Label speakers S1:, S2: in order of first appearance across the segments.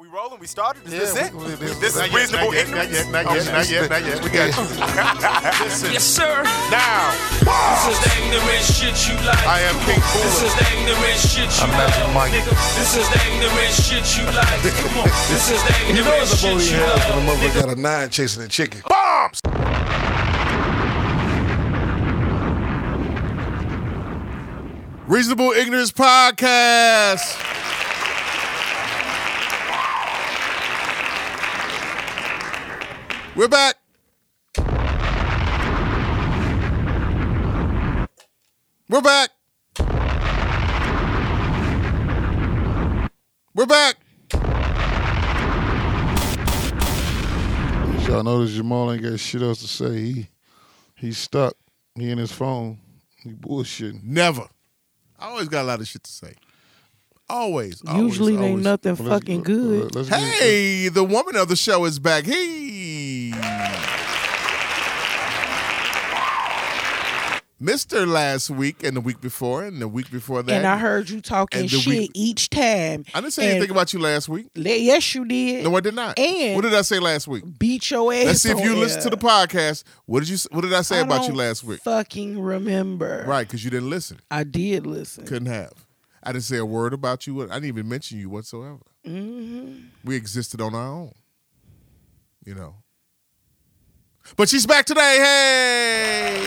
S1: we rolling. We started. Is this
S2: Yeah,
S1: it?
S2: we- we- we-
S1: this
S2: not
S1: is
S2: yet,
S1: reasonable
S2: not yet,
S1: ignorance.
S2: Not yet, not yet, not yet, not yet. We got you. Listen,
S3: Yes, sir.
S2: now
S3: This is the ignorant shit you like.
S2: I am King
S3: This is
S2: Cooler.
S3: the ignorant shit you
S2: I'm Magic
S3: like.
S2: Mike.
S3: Nigga, this is the ignorant shit you like. Come on. This is the
S4: You know
S3: ignorant
S4: it's a
S3: shit
S4: booty
S3: you
S4: hell
S3: like.
S4: when a motherfucker got a nine chasing a chicken.
S2: Bombs.
S5: Reasonable Ignorance Podcast. We're back. We're back. We're back. Did Y'all notice Jamal ain't got shit else to say. He he's stuck. He in his phone. He bullshitting.
S6: Never. I always got a lot of shit to say. Always. always,
S7: Usually it ain't
S6: always.
S7: nothing
S5: Well, let's-
S7: fucking
S5: uh,
S7: good.
S5: let's get-
S6: Hey, the woman of the show is back. Hey. Mr. Last week and the week before and the week before that.
S7: And I heard you talking
S6: And do
S7: shit
S6: we-
S7: each time.
S6: I didn't say anything about you last week.
S7: Le- yes, you did.
S6: No, I did not.
S7: And-
S6: what did I say last week?
S7: Beat your ass.
S6: Let's see if
S7: on
S6: you
S7: air.
S6: listen to the podcast. What did you What did I say
S7: I
S6: about you
S7: don't
S6: last week?
S7: Fucking remember.
S6: Right, because you didn't listen.
S7: I did listen.
S6: Couldn't have. I didn't say a word about you. I didn't even mention you whatsoever. We existed on our own, you know. But she's back today. Hey,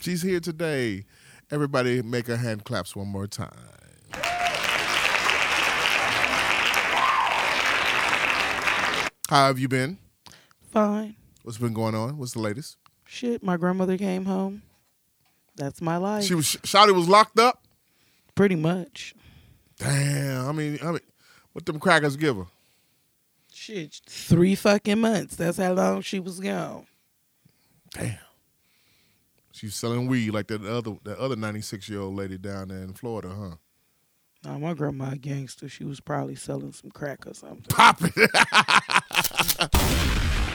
S6: she's here today. Everybody, make her hand claps one more time. How have you been?
S7: Fine.
S6: What's been going on? What's the latest?
S7: Shit, my grandmother came home. That's my life.
S6: She was Shotty was locked up.
S7: Pretty much.
S6: Damn. I mean, I mean, what them crackers give her?
S7: Shit. Three fucking months. That's how long she was gone.
S6: Damn. She's selling weed like that other that other ninety six year old lady down there in Florida, huh?
S7: Now, my grandma a gangster. She was probably selling some crack or something.
S6: Pop it.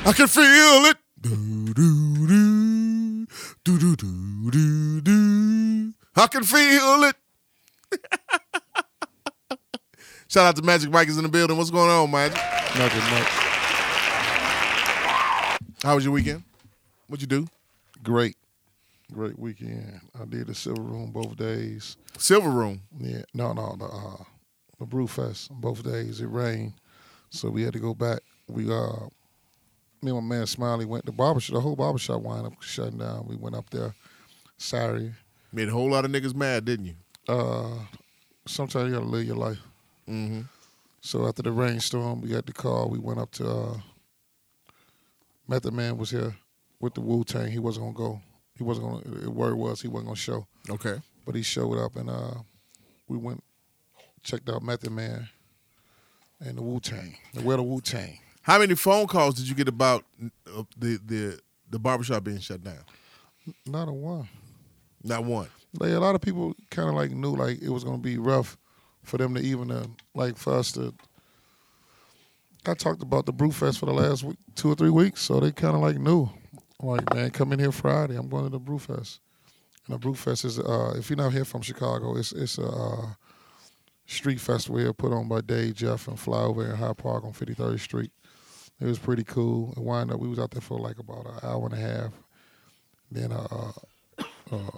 S6: I can feel it. Do, do, do. Do, do, do, do, do. I can feel it. Shout out to Magic Mike is in the building. What's going on, Magic?
S5: Nothing much.
S6: How was your weekend? What'd you do?
S5: Great. Great weekend. I did the Silver Room both days.
S6: Silver Room.
S5: Yeah. No, no, the uh the Brew Fest both days. It rained. So we had to go back. We uh me and my man Smiley went the barbershop the whole barbershop wind up shutting down. We went up there Saturday.
S6: Made a whole lot of niggas mad, didn't you?
S5: Uh sometimes you gotta live your life.
S6: Mm-hmm.
S5: So after the rainstorm, we got the call. We went up to uh, Method Man was here with the Wu Tang. He wasn't gonna go. He wasn't gonna. The word was he wasn't gonna show,
S6: Okay.
S5: but he showed up, and uh, we went checked out Method Man and the Wu Tang. The Where the Wu Tang?
S6: How many phone calls did you get about uh, the the the barbershop being shut down?
S5: Not a one.
S6: Not one.
S5: Like a lot of people kind of like knew like it was gonna be rough for them to even uh, like for us to. I talked about the brew fest for the last week, two or three weeks, so they kind of like knew, like man, come in here Friday. I'm going to the brew fest, and the brew fest is uh, if you're not here from Chicago, it's it's a uh, street festival here put on by Dave Jeff and Flyover in High Park on 53rd Street. It was pretty cool. It wound up we was out there for like about an hour and a half. Then uh, uh,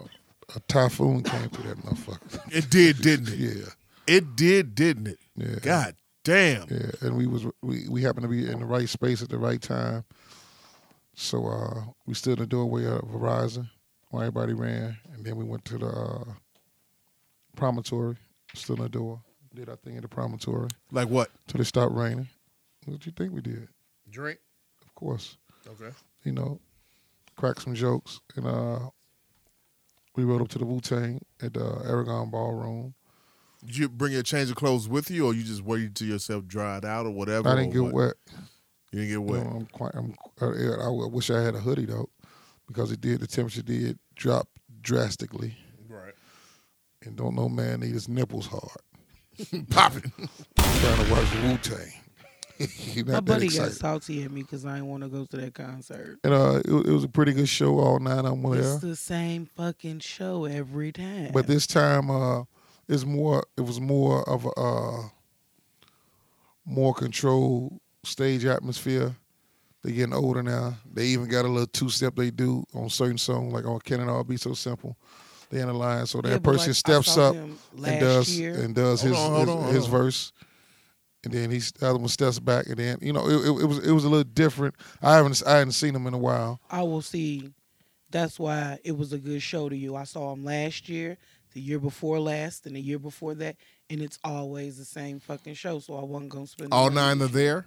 S5: a typhoon came through that motherfucker.
S6: It did, didn't it?
S5: yeah.
S6: It did, didn't it?
S5: Yeah.
S6: God damn.
S5: Yeah, and we was we, we happened to be in the right space at the right time. So uh, we stood in the doorway of Verizon while everybody ran, and then we went to the uh, promontory, stood in the door, did our thing in the promontory
S6: Like what?
S5: till it stopped raining. What you think we did?
S6: Drink.
S5: Of course,
S6: Okay.
S5: you know, cracked some jokes, and uh, we rode up to the Wu Tang at the uh, Aragon Ballroom.
S6: Did you bring your change of clothes with you, or you just waited till yourself dried out, or whatever?
S5: I didn't
S6: or
S5: get
S6: what?
S5: wet.
S6: You didn't get
S5: You
S6: wet.
S5: know, I'm quite. I'm, uh, I, I wish I had a hoodie though, because it did. The temperature did drop drastically,
S6: Right.
S5: and don't no man need his nipples hard.
S6: Pop it.
S5: Trying to watch Wu Tang. He
S7: My
S5: not that
S7: buddy got
S5: excited.
S7: salty at me because I didn't want to go to that concert.
S5: And uh, it, wa- it was a pretty good show all nine of them were
S7: It's
S5: there.
S7: the same fucking show every time.
S5: But this time, uh, it's more it was more of a uh, more controlled stage atmosphere. They getting older now. They even got a little two step they do on certain songs, like on "Can It All Be So Simple." They in the line, so that
S7: Yeah, but,
S5: person
S7: like, I
S5: steps
S7: saw
S5: up
S7: them
S5: and
S7: last
S5: does
S7: year.
S5: and does
S6: Hold
S5: his
S6: on, hold
S5: his,
S6: on, hold
S5: his
S6: on.
S5: verse, and then he's the other one steps back, and then you know it, it, it was it was a little different. I haven't I hadn't seen him in a while.
S7: I will see. That's why it was a good show to you. I saw him last year, the year before last, and the year before that, and it's always the same fucking show. So I wasn't gonna spend the
S6: All
S7: money.
S6: nine are there.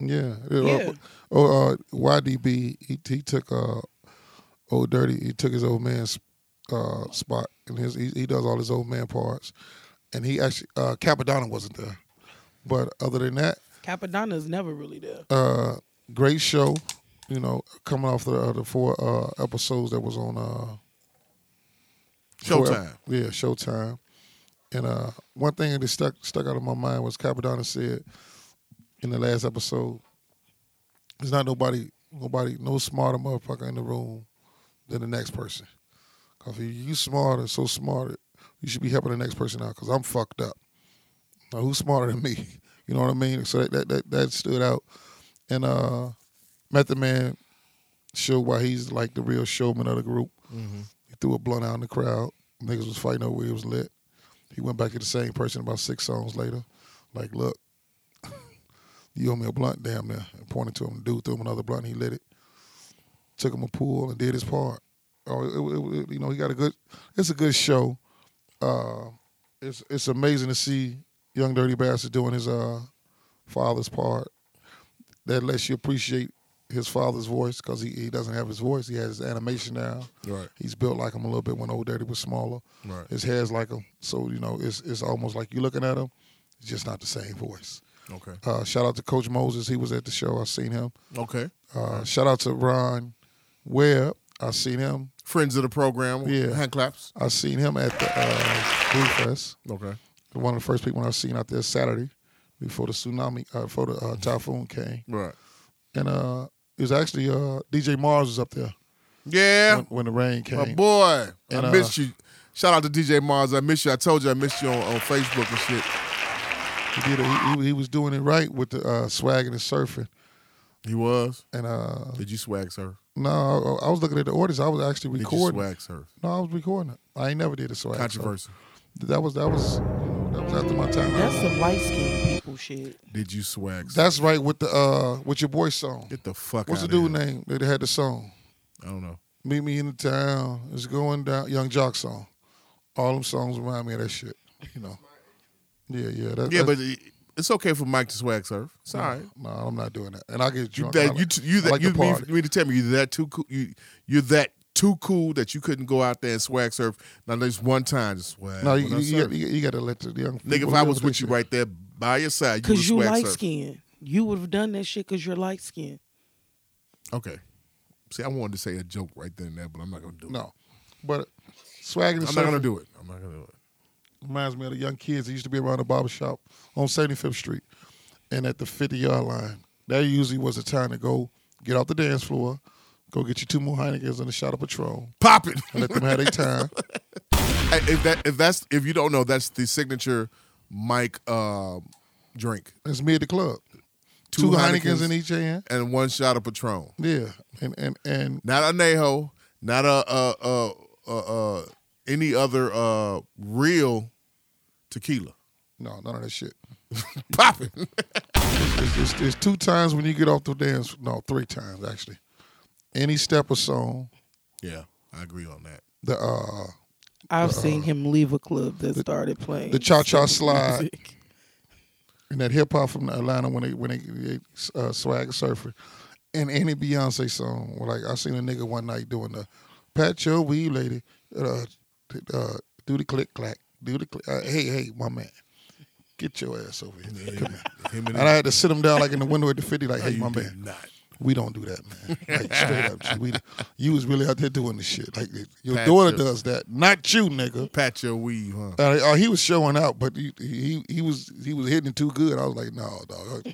S5: Yeah. uh,
S7: Yeah.
S5: Oh, uh, YDB, he, he took uh, old dirty. He took his old man's uh, spot, and his he, he does all his old man parts. And he actually uh, Capadonna wasn't there, but other than that,
S7: Capadonna's never really there.
S5: uh, great show. You know, coming off the uh, the four uh, episodes that was on uh, four ep-
S6: Showtime.
S5: yeah, Showtime. And uh, one thing that stuck stuck out of my mind was Capadonna said in the last episode, "There's not nobody, nobody, no smarter motherfucker in the room than the next person. Cause if you smarter, so smarter, you should be helping the next person out. Cause I'm fucked up. Now who's smarter than me? You know what I mean? So that that that, that stood out. And uh, Method Man showed why he's like the real showman of the group. He threw a blunt out in the crowd. Niggas was fighting over it. It was lit. He went back to the same person about six songs later. Like, look, you owe me a blunt, damn near. And pointed to him. The dude threw him another blunt. And he lit it. Took him a pool and did his part. Oh, it, it- it- you know, he got a good. It's a good show. Uh, it's it's amazing to see Young Dirty Bastard doing his uh, father's part. That lets you appreciate his father's voice because he, he doesn't have his voice. He has his animation now.
S6: Right.
S5: He's built like him a little bit when old daddy was smaller.
S6: Right.
S5: His hair's like him. So, you know, it's it's almost like you're looking at him, it's just not the same voice.
S6: Okay.
S5: Uh, shout out to Coach Moses. He was at the show. I seen him.
S6: Okay.
S5: Uh, shout out to Ron Webb. I seen him.
S6: Friends of the program.
S5: Yeah.
S6: Hand claps.
S5: I seen him at the uh, Brew Fest.
S6: Okay.
S5: One of the first people I seen out there Saturday before the tsunami, uh, before the uh, typhoon came.
S6: Right.
S5: And uh, it was actually uh, DJ Mars was up there
S6: Yeah.
S5: when, when the rain came.
S6: My boy,
S5: And,
S6: I
S5: uh,
S6: missed you. Shout out to DJ Mars. I missed you. I told you I missed you on, on Facebook and shit.
S5: He did it. He, he, he was doing it right with the uh, swag and the surfing.
S6: He was.
S5: And uh,
S6: Did you swag surf?
S5: no, I, I was looking at the orders. I was actually
S6: Did
S5: recording.
S6: you swag surf?
S5: No, I was recording it. I ain't never did a swag.
S6: Controversy.
S5: So that was that was you know, that was after my time.
S7: That's some light skinned people shit.
S6: Did you swag surf?
S5: That's right with the uh with your boy song.
S6: Get the fuck
S5: What's the
S6: out
S5: dude name that had the song?
S6: I don't know.
S5: Meet me in the town. It's going down. Young Jock song. All them songs remind me of that shit. You know. Yeah, yeah. That,
S6: Yeah,
S5: that-
S6: but it- it's okay for Mike to swag surf. It's all right.
S5: No, I'm not doing that. And I get
S6: You
S5: drunk. I
S6: that
S5: like-
S6: you t- you
S5: I
S6: that
S5: like
S6: you
S5: to
S6: mean,
S5: party.
S6: you mean to tell me you that too cool you you're that too cool that you couldn't go out there and swag surf. Now there's one time to swag.
S5: No,
S6: when
S5: you,
S6: I
S5: you, you,
S6: surf.
S5: got- you, got- you got to let the young
S6: nigga, if
S5: people
S6: I
S5: live
S6: was
S5: that
S6: with you
S5: shit.
S6: right there by your side, you would
S7: Cause you
S6: swag
S7: light
S6: surf.
S7: skinned. You would have done that shit cause you're light skinned.
S6: Okay. See, I wanted to say a joke right then and there, but I'm not gonna do it.
S5: No, but swag and
S6: I'm not gonna
S5: surfing
S6: do it. I'm not gonna do it.
S5: reminds me of the young kids that used to be around the barber shop on 75th Street and at the 50 yard line. That usually was the time to go get off the dance floor, go get you two more Heinekens and a shot of Patron,
S6: Pop it.
S5: and let them have their time.
S6: if that if that's if you don't know, that's the signature Mike uh, drink.
S5: It's me at the club.
S6: Two
S5: Two, Heinekens.
S6: Heinekens.
S5: in each hand.
S6: And one shot of Patron.
S5: Yeah, and and and
S6: Not a Neho, not a uh uh uh, uh any other uh real tequila.
S5: no, none of that shit.
S6: Pop it.
S5: It's, it's, it's two times when you get off the dance. No, three times actually. Any step or song,
S6: yeah, I agree on that.
S5: the uh
S7: I've seen him leave a club that started playing
S5: the cha-cha
S7: certain
S5: slide.
S7: music.
S5: and that hip hop from Atlanta when they when they, they uh, swag surfer, and any Beyonce song. Well, Like I seen a nigga one night doing the "Pat Your Weed Lady," uh, t- uh, do the click clack, do the click. Uh, hey hey, my man, get your ass over here. Come here.
S6: Him and,
S5: And I had to sit him down like in the window at the fifty, like, hey
S6: you
S5: my
S6: did
S5: man,
S6: not.
S5: we don't do that, man. Like straight up, G, we, you was really out there doing the shit. Like your
S6: Pat
S5: daughter
S6: your-
S5: does that, not you, nigga.
S6: Pat your weave, huh?
S5: Uh, oh, he was showing out, but he, he he was he was hitting it too good. I was like, no, dog,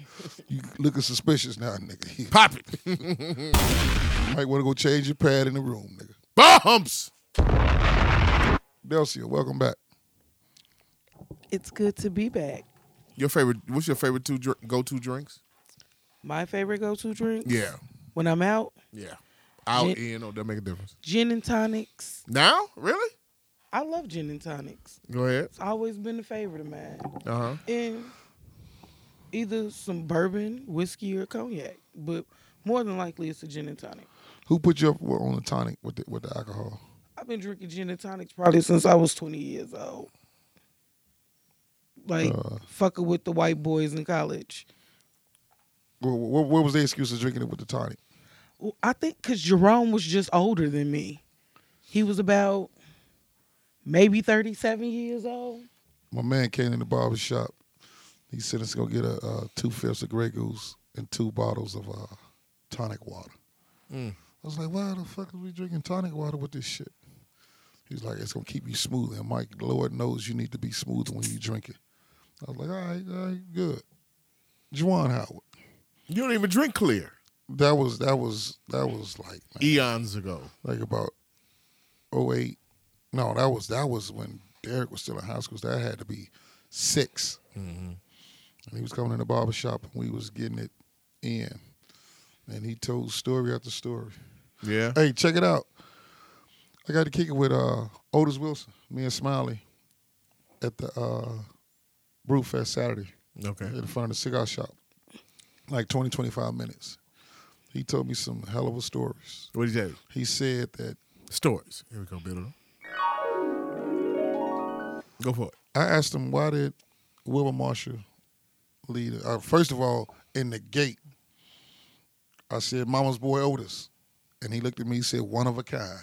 S5: you looking suspicious now, nigga. You
S6: Pop it.
S5: might want to go change your pad in the room, nigga.
S6: Bumps.
S5: Delcia, welcome back.
S7: It's good to be back.
S6: Your favorite? What's your favorite two dr- go-to drinks?
S7: My favorite go-to drink.
S6: Yeah,
S7: When I'm out,
S6: yeah. Out
S7: Gin-
S6: in, oh, that make a difference.
S7: gin and tonics.
S6: Now, really?
S7: I love gin and tonics.
S6: Go ahead.
S7: It's always been a favorite of mine.
S6: Uh huh.
S7: And either some bourbon, whiskey, or cognac, but more than likely it's a gin and tonic.
S5: Who put you up with- on the tonic with the, with the alcohol?
S7: I've been drinking gin and tonics probably since I was 20 years old. Like
S5: Uh.
S7: fucking with the white boys in college.
S5: What, what, what was the excuse of drinking it with the tonic?
S7: Well, I think because Jerome was just older than me. He was about maybe 37 years old.
S5: My man came in the barber shop. He said it's gonna get a uh, two fifths of Grey Goose and two bottles of uh, tonic water. I was like, why the fuck are we drinking tonic water with this shit? He's like, it's gonna keep you smooth. And Mike, Lord knows you need to be smooth when you drink it. I was like, all right, all right, good. Juwan Howard.
S6: You don't even drink clear.
S5: That was that was that was like man,
S6: Eons ago.
S5: like about 08. No, that was that was when Derek was still in high school. So that had to be 6
S6: Mm-hmm.
S5: And he was coming in the barber shop, and we was getting it in. And he told story after story.
S6: Yeah.
S5: Hey, check it out. I got to kick it with uh, Otis Wilson, me and Smiley, at the uh, Brewfest Saturday
S6: Okay.
S5: in front of the cigar shop. Like 20, 25 minutes. He told me some hell of a stories.
S6: What did you say?
S5: He said that
S6: Stories. Here we go, build it up. Go for it.
S5: I asked him why did Wilbur Marshall lead? Uh, first of all, in the gate, I said Mama's boy Otis, and he looked at me. He said one of a kind.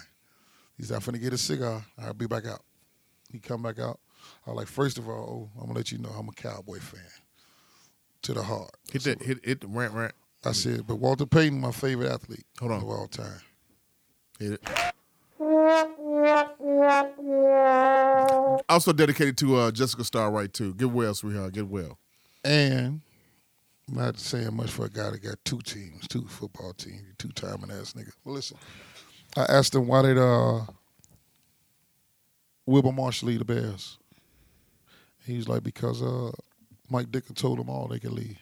S5: He said I'm finna get a cigar. I'll be back out. He come back out. I was like first of all, oh, I'm gonna let you know I'm a Cowboy fan to the heart.
S6: Hit that. Hit hit the rant rant.
S5: I said, but Walter Payton, my favorite athlete
S6: Hold on.
S5: of all time.
S6: Hit it. Also dedicated to uh, Jessica Star Wright too. Get well, sweetheart. Get well.
S5: And not saying much for a guy that got two teams, two football teams, you two timing ass nigga. Well, listen, I asked him why did uh, Wilbur Marshall leave the Bears? He was like, because uh, Mike Dicker told them all they could leave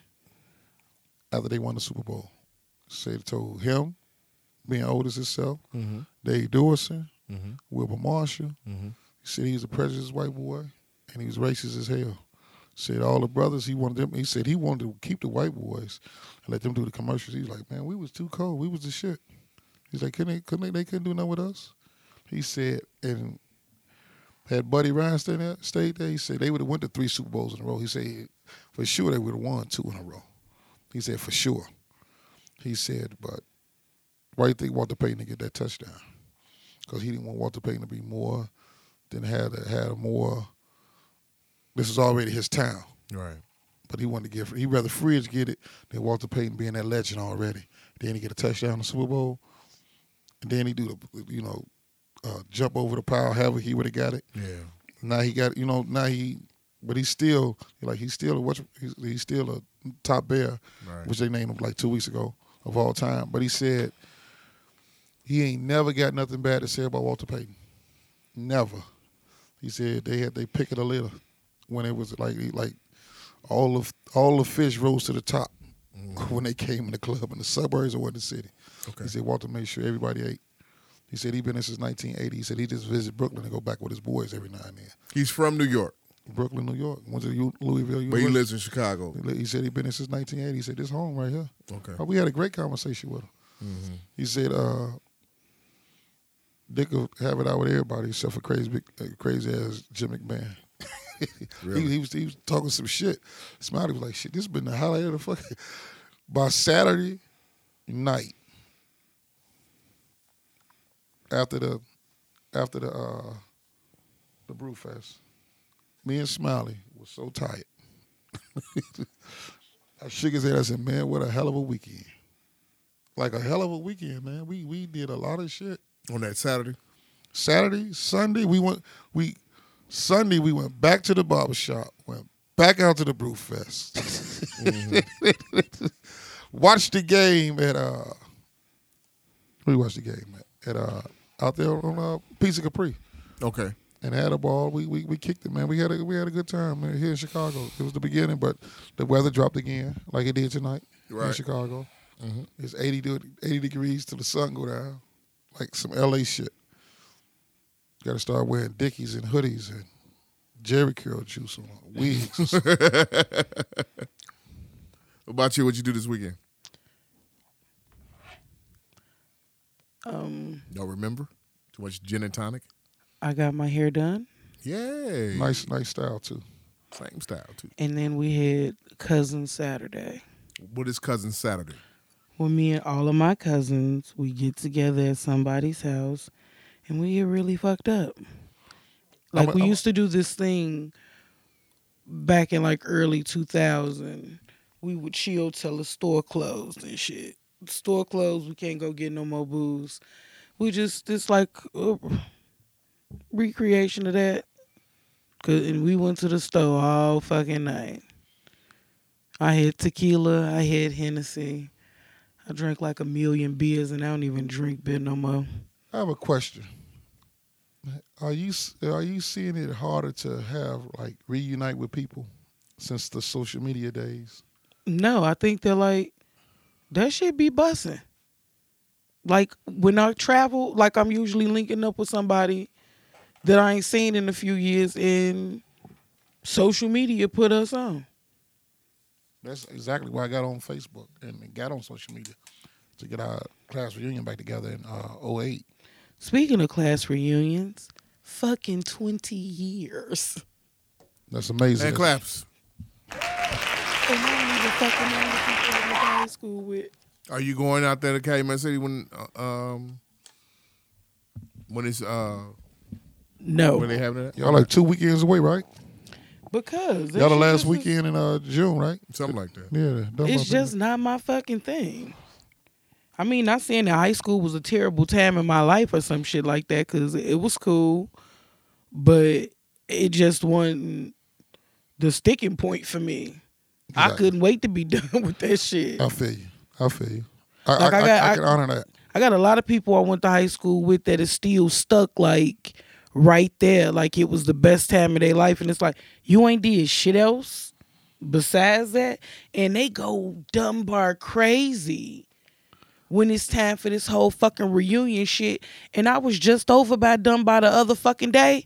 S5: after they won the Super Bowl. Said told him, being Otis himself, Dave Dorson, Wilbur Marshall. He said he was a prejudiced white boy and he was racist as hell. Said all the brothers, he wanted them. He said he wanted to keep the white boys and let them do the commercials. He was like, man, we was too cold. We was the shit. He's like, couldn't they? Couldn't they? They couldn't do nothing with us. He said, and had Buddy Ryan stayed there, stayed there. He said they would have went to three Super Bowls in a row. He said for sure they would have won two in a row. He said for sure. He said, but why do you think Walter Payton to get that touchdown? Because he didn't want Walter Payton to be more than had a, had a more. This is already his town
S6: Right.
S5: but he wanted to get he rather Fridge get it than Walter Payton being that legend already. Then he get a touchdown in the Super Bowl, and then he do the you know uh, jump over the pile. However, he would have got it.
S6: Yeah.
S5: Now he got you know now he, but he's still like he's still a what's he's, he's still a top bear,
S6: Right.
S5: which they named him like two weeks ago of all time. But he said he ain't never got nothing bad to say about Walter Payton, never. He said they had they pick it a litter when it was like like all of all the fish rose to the top when they came in the club in the suburbs or in the city.
S6: Mm-hmm. Okay.
S5: He said Walter made sure everybody ate. He said he been there since 1980. He said he just visit Brooklyn and go back with his boys every now and then.
S6: He's from New York,
S5: Brooklyn, New York. Went to U- Louisville
S6: but he
S5: University.
S6: lives in Chicago.
S5: He li- He said he been there since 1980. He said this home right here.
S6: Okay. Mm-hmm.
S5: Oh, we had a great conversation with him. He said uh, Dick will have it out with everybody except for crazy, big, uh, crazy ass Jim McMahon.
S6: Really?
S5: he, he was he was talking some shit. Smiley was like, "Shit, this has been the highlight of the fucking." By Saturday night, after the after the uh, the brew fest, me and Smiley was so tired. I shook his head. I said, "Man, what a hell of a weekend! Like a hell of a weekend, man. We we did a lot of shit.
S6: On that Saturday.
S5: Saturday, Sunday, we went we Sunday we went back to the barber shop, went back out to the brew fest. watched the game at uh we watched the game at, at uh out there on uh Pizza Capri.
S6: Okay.
S5: and had a ball. We, we we kicked it, man. We had a we had a good time man, here in Chicago. It was the beginning, but the weather dropped again, like it did tonight in
S6: Right.
S5: Chicago. It's 80, de- 80 degrees till the sun go down, like some LA shit. Got to start wearing dickies and hoodies and Jerry curl juice on wigs.
S6: What about you? What'd you do this weekend?
S7: Um,
S6: Y'all remember? Too much gin and tonic?
S7: I got my hair done,
S6: Yay.
S5: nice, nice style too.
S6: Same style, too.
S7: and then we had cousin Saturday.
S6: What is Cousin Saturday?
S7: Well, me and all of my cousins, we get together at somebody's house, and we get really fucked up. Like
S5: I'm a-
S7: we
S5: I'm a-
S7: used to do this thing back in like early two thousand. We would chill till the store closed and shit. Store closed, we can't go get no more booze. We just it's like a recreation of that. Cause and we went to the store all fucking night. I had tequila, I had Hennessy. I drank like a million beers and I don't even drink beer no more.
S5: I have a question. Are you are you seeing it harder to have like reunite with people since the social media days?
S7: No, I think they're like that shit be bussing. Like when I travel, like I'm usually linking up with somebody that I ain't seen in a few years and social media put us on.
S5: That's exactly why I got on Facebook and got on social media to get our class reunion back together in uh, 08.
S7: Speaking of class reunions, fucking 20 years.
S5: That's amazing.
S6: And claps.
S7: And I don't even fucking know the people I went to high school with.
S6: Are you going out there to Calumet City when uh, um when it's uh when they
S7: No.
S6: having it?
S5: Y'all like two weekends away, right?
S7: Because that
S5: Y'all the
S7: shit
S5: last
S7: just is-
S5: weekend in uh, June, right?
S6: Something like that.
S5: Yeah. Dumbo
S7: It's just not my fucking thing. I mean, not saying that high school was a terrible time in my life or some shit like that, because it was cool, but it just wasn't the sticking point for me. I
S5: Exactly.
S7: couldn't wait to be done with that shit.
S5: I feel you. I feel you. I,
S7: Like,
S5: I,
S7: I
S5: I,
S7: got-
S5: I
S7: I-
S5: can honor that.
S7: I got a lot of people I went to high school with that is still stuck like right there, like it was the best time of their life, and it's like you ain't did shit else besides that, and they go Dunbar crazy when it's time for this whole fucking reunion shit. And I was just over by Dunbar the other fucking day,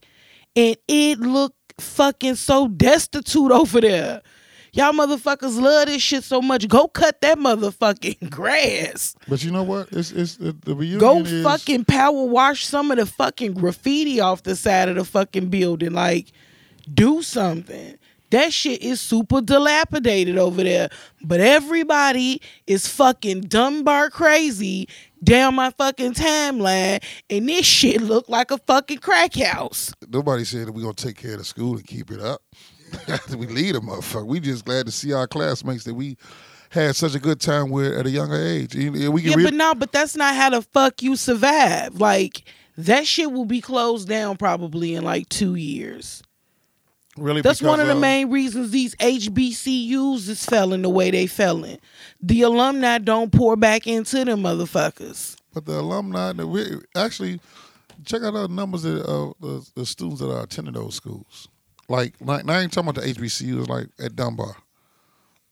S7: and it looked fucking so destitute over there. Y'all motherfuckers love this shit so much. Go cut that motherfucking grass.
S5: But you know what? It's it's the, the reunion.
S7: Go
S5: is,
S7: fucking power wash some of the fucking graffiti off the side of the fucking building. Like, do something. That shit is super dilapidated over there. But everybody is fucking Dunbar crazy down my fucking timeline. And this shit look like a fucking crack house.
S5: Nobody said that we gonna take care of the school and keep it up. we lead a motherfucker. We just glad to see our classmates that we had such a good time with at a younger age. And- and we can
S7: Yeah,
S5: re-
S7: but no, but that's not how the fuck you survive. Like, that shit will be closed down probably in like two years.
S5: really
S7: That's
S5: because
S7: one of the
S5: of-
S7: main reasons these HBCUs is felling the way they felling. The alumni don't pour back into them motherfuckers.
S5: But the alumni, the, we, actually, check out our numbers of of the, the students that are attending those schools. Like, like now I ain't talking about the HBCUs, like at Dunbar,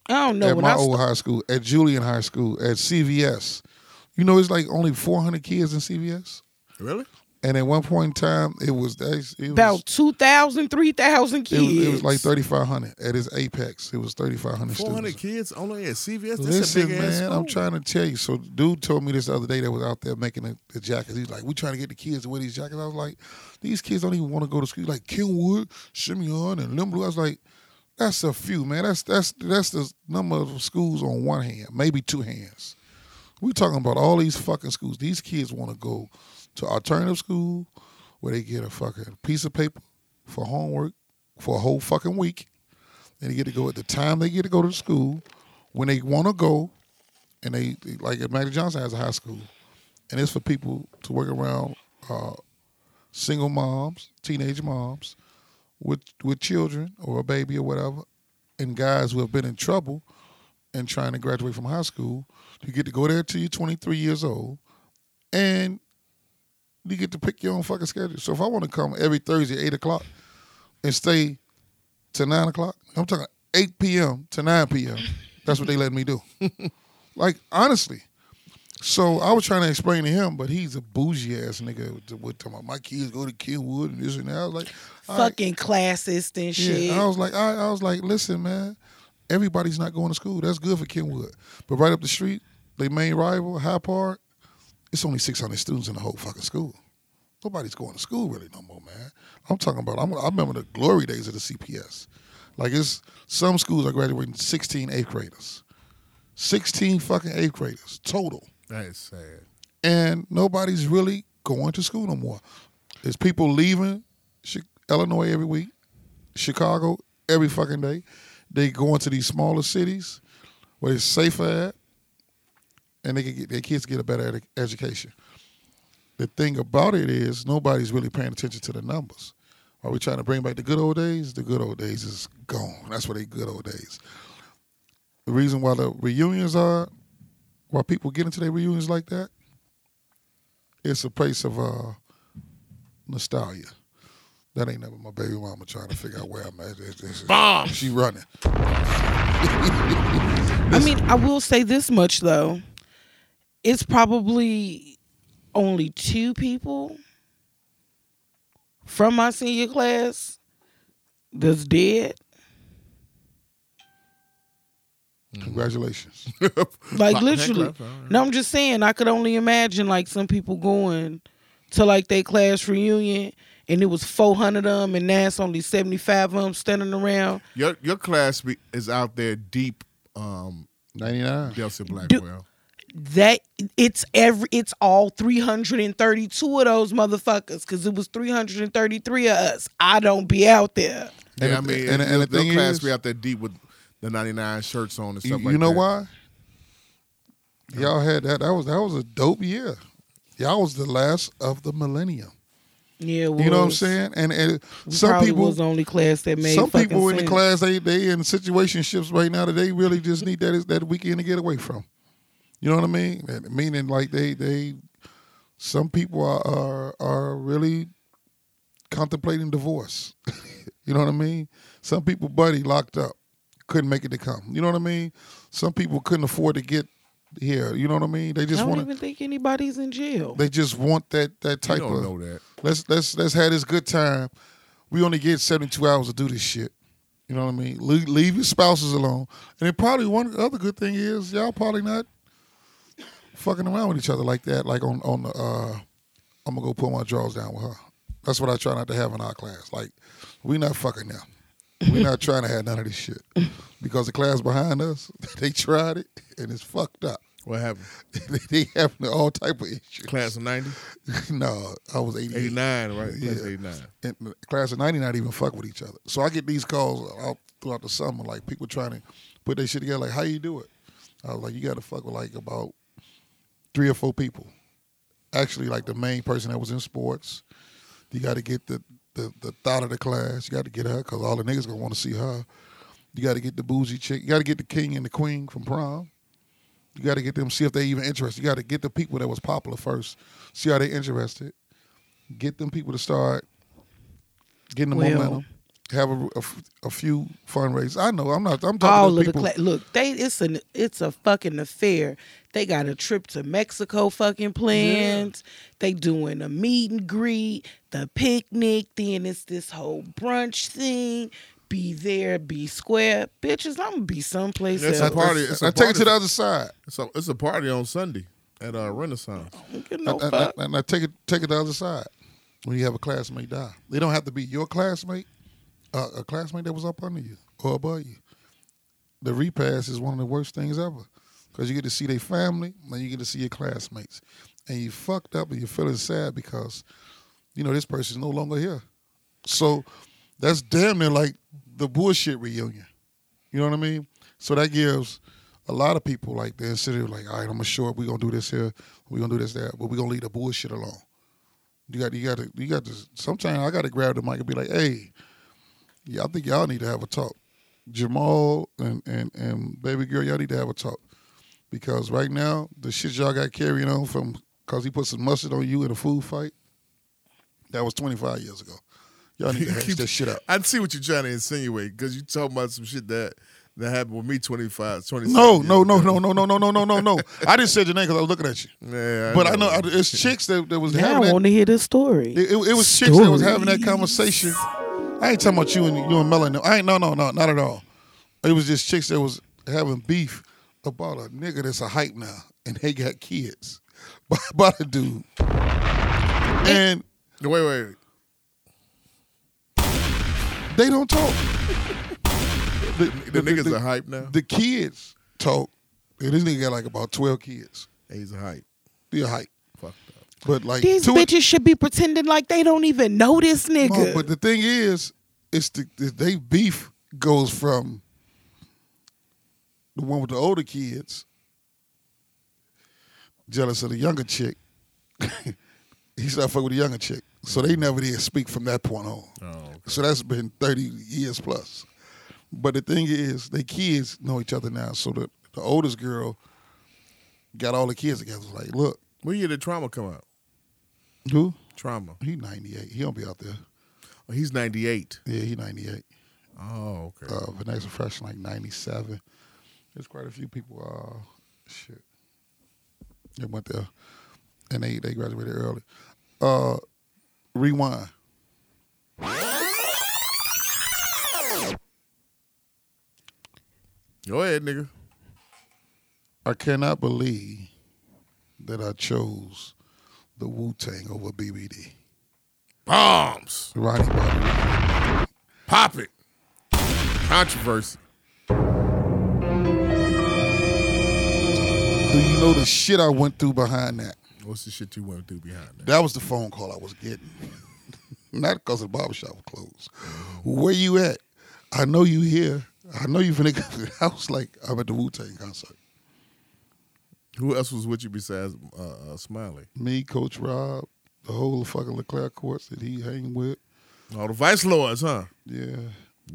S7: I don't know.
S5: at
S7: When
S5: my
S7: I
S5: old
S7: st-
S5: high school, at Julian High School, at CVS. You know, it's like only 400 kids in CVS.
S6: Really?
S5: And at one point in time, it was that's- it was,
S7: about 2,000, 3,000
S5: it
S7: kids.
S5: was, it was like 3,500 at its apex. It was 3,500
S6: Four hundred
S5: students.
S6: kids only at CVS. That's a
S5: Listen,
S6: big ass
S5: man, I'm
S6: school.
S5: trying to tell you. So, dude told me this the other day that was out there making the, the jackets. He's like, "We trying to get the kids to wear these jackets." I was like, "These kids don't even want to go to school." Like Kenwood, Shimeon, and Limblue. I was like, "That's a few, man. That's that's that's the number of schools on one hand, maybe two hands." We talking about all these fucking schools. These kids want to go to alternative school where they get a fucking piece of paper for homework for a whole fucking week, and they get to go at the time they get to go to school when they want to go, and they they- like at Maggie Johnson has a high school, and it's for people to work around uh, single moms, teenage moms with with children or a baby or whatever, and guys who have been in trouble and trying to graduate from high school. You get to go there till you're 23 years old, and You get to pick your own fucking schedule. So if I want to come every Thursday, eight o'clock, and stay to nine o'clock, I'm talking eight p.m. to nine p.m. That's what they let me do. like honestly. So I was trying to explain to him, but he's a bougie ass nigga. With, with talking about my kids go to Kenwood and this and that. I was like, all right.
S7: Fucking classist and
S5: Yeah,
S7: shit.
S5: I was like, I, I was like, listen, man, everybody's not going to school. That's good for Kenwood, but right up the street, their main rival, High Park, it's only six hundred students in the whole fucking school. Nobody's going to school really no more, man. I'm talking about. I'm, I remember the glory days of the CPS. Like it's some schools are graduating 16 eighth graders, 16 fucking eighth graders total
S6: That is sad.
S5: and nobody's really going to school no more. There's people leaving Chi- Illinois every week, Chicago every fucking day. They go into these smaller cities where it's safer at, and they can get their kids get a better edu- education. The thing about it is nobody's really paying attention to the numbers. Are we trying to bring back the good old days? The good old days is gone. That's what they good old days. The reason why the reunions are, why people get into their reunions like that, it's a place of uh, nostalgia. That ain't never my baby mama trying to figure out where I'm at. It's- it's-
S6: Bomb.
S5: She running.
S7: I mean, I will say this much though. It's probably only two people from my senior class that's dead.
S6: Mm-hmm.
S5: Congratulations.
S7: Like
S6: Fuck,
S7: literally.
S6: heck, alright.
S7: No, I'm just saying I could only imagine like some people going to like their class reunion and it was 400 of them and now it's only 75 of them standing around.
S6: Your your class be, is out there deep. Um,
S5: 99.
S6: Delson Blackwell.
S7: That it's every it's all 332 of those motherfuckers cuz it was 333 of us. I don't be out there.
S5: And
S6: yeah, I
S5: the-
S6: mean,
S5: and- and
S6: your,
S5: the thing
S6: your class
S5: is-
S6: be out there deep with the ninety nine shirts on and
S5: You,
S6: stuff like
S5: you know
S6: that.
S5: why? Y'all had that. That was that was a dope year. Y'all was the last of the millennium.
S7: Yeah, it
S5: You know what I'm
S7: was.
S5: saying? And, and
S7: We
S5: some
S7: probably
S5: people
S7: was the only class that made
S5: some
S7: fucking
S5: people in the
S7: sense.
S5: class they they in situationships right now that they really just need that that weekend to get away from. You know what I mean? And meaning like they they some people are are, are really contemplating divorce. you know what I mean? Some people buddy locked up, couldn't make it to come. You know what I mean? Some people couldn't afford to get here. You know what I mean? They
S7: I
S5: just
S7: don't
S5: want to
S7: even think anybody's in jail.
S5: they just want that that
S6: You
S5: type
S6: don't
S5: of
S6: know that.
S5: let's let's let's have this good time. We only get seventy two hours to do this shit. You know what I mean? Leave, leave your spouses alone. And then probably one other good thing is y'all probably not fucking around with each other like that. Like on on the uh, I'm gonna go pull my drawers down with her. That's what I try not to have in our class. Like we not fucking now. We not trying to have none of this shit because the class behind us they tried it and it's fucked up.
S6: What happened?
S5: they having all type of issues.
S6: Class of ninety?
S5: no, I was eighty
S6: Eighty nine, right? Class
S5: Yeah.
S6: eighty nine.
S5: in the class of 90 not even fuck with each other. So I get these calls out throughout the summer, like people trying to put their shit together, like, how you do it? I was like, you got to fuck with like about three or four people. Actually, like the main person that was in sports. You got to get the, the, the thought of the class. You got to get her because all the niggas going to want to see her. You got to get the bougie chick. You got to get the king and the queen from prom. You got to get them, see if they even interested. You got to get the people that was popular first, see how they interested. Get them people to start getting the
S7: Well-
S5: momentum. Have a, a f- a few fundraisers. I know. I'm not. I'm talking to
S7: all of the
S5: people.
S7: class. Look, they it's an it's a fucking affair. They got a trip to Mexico fucking plans. They doing a meet and greet, the picnic. Then it's this whole brunch thing. Be there, be square, bitches. I'm gonna be someplace
S6: That's
S5: I,
S7: else.
S6: a party. It's a
S5: I take it
S6: party.
S5: to the other side.
S6: So it's a party on Sunday at uh, Renaissance.
S5: Oh,
S7: Don't give no
S5: and,
S7: fuck.
S5: and- and I take it take it the other side. When you have a classmate die, they don't have to be your classmate, uh, a classmate that was up under you or above you. The repass is one of the worst things ever because you get to see their family and you get to see your classmates, and you fucked up and you're feeling sad because you know this person's no longer here. So that's damn near like the bullshit reunion. You know what I mean? So that gives a lot of people like the incentive, like, all right, I'm gonna show up. We're gonna do this here. We're gonna do this there, but we're gonna leave the bullshit alone. You got, you got to, you got to. Sometimes I got to grab the mic and be like, hey, yeah, I think y'all need to have a talk. Jamal and and and baby girl, y'all need to have a talk because right now the shit y'all got carrying on from because he put some mustard on you in a food fight. That was 25 years ago. Y'all need to hash
S6: Keep-
S5: this shit out.
S6: I see what you're trying to insinuate because you talking about some shit that that happened with me 25, 26.
S5: No, no, no, no, no, no, no, no, no, no, no. I didn't say your name because I was looking at you.
S6: Yeah,
S5: But I know I- it's chicks that, that was
S7: Now
S5: having
S7: I
S5: that.
S7: want to hear this story.
S5: It, it, it was chicks that was having that conversation. I ain't talking about you and you and Mel and them. I ain't no no no not at all. It was just chicks that was having beef about a nigga that's a hype now and they got kids by, by the dude. And
S6: Wait, wait, wait.
S5: they don't talk. The,
S6: The niggas
S5: the,
S6: are hype now.
S5: the kids talk. And this nigga got like about twelve kids.
S6: He's a hype.
S5: Be a hype.
S6: Fucked up.
S5: But like
S7: These
S5: two-
S7: bitches should be pretending like they don't even know this nigga.
S5: No, but the thing is, it's the, the they beef goes from the one with the older kids jealous of the younger chick. he started fucking with the younger chick, so they never did speak from that point on.
S6: Oh,
S5: So that's been thirty years plus. But the thing is, they kids know each other now. So the the oldest girl got all the kids together. Was like, look,
S6: When year did trauma come out?
S5: who?
S6: Trauma.
S5: He ninety eight. He don't be out there.
S6: Oh, he's 98.
S5: Yeah, he ninety eight.
S6: Oh, okay.
S5: uh, Vanessa Fresh in like '97. There's quite a few people. Uh, shit, they went there, and they they graduated early. Uh, rewind.
S6: Go ahead, nigga.
S5: I cannot believe that I chose the Wu Tang over BBD.
S6: Bombs.
S5: Ronnie Bobby.
S6: Pop it. Controversy.
S5: Do you know the shit I went through behind that?
S6: What's the shit you went through behind that?
S5: That was the phone call I was getting. Not because the barbershop was closed. Where you at? I know you here. I know you finna come to the house like I'm at the Wu Tang concert.
S6: Who else was with you besides uh, uh, Smiley?
S5: Me, Coach Rob, the whole fucking LeClaire courts that he hang with.
S6: All the vice lords, huh?
S5: Yeah,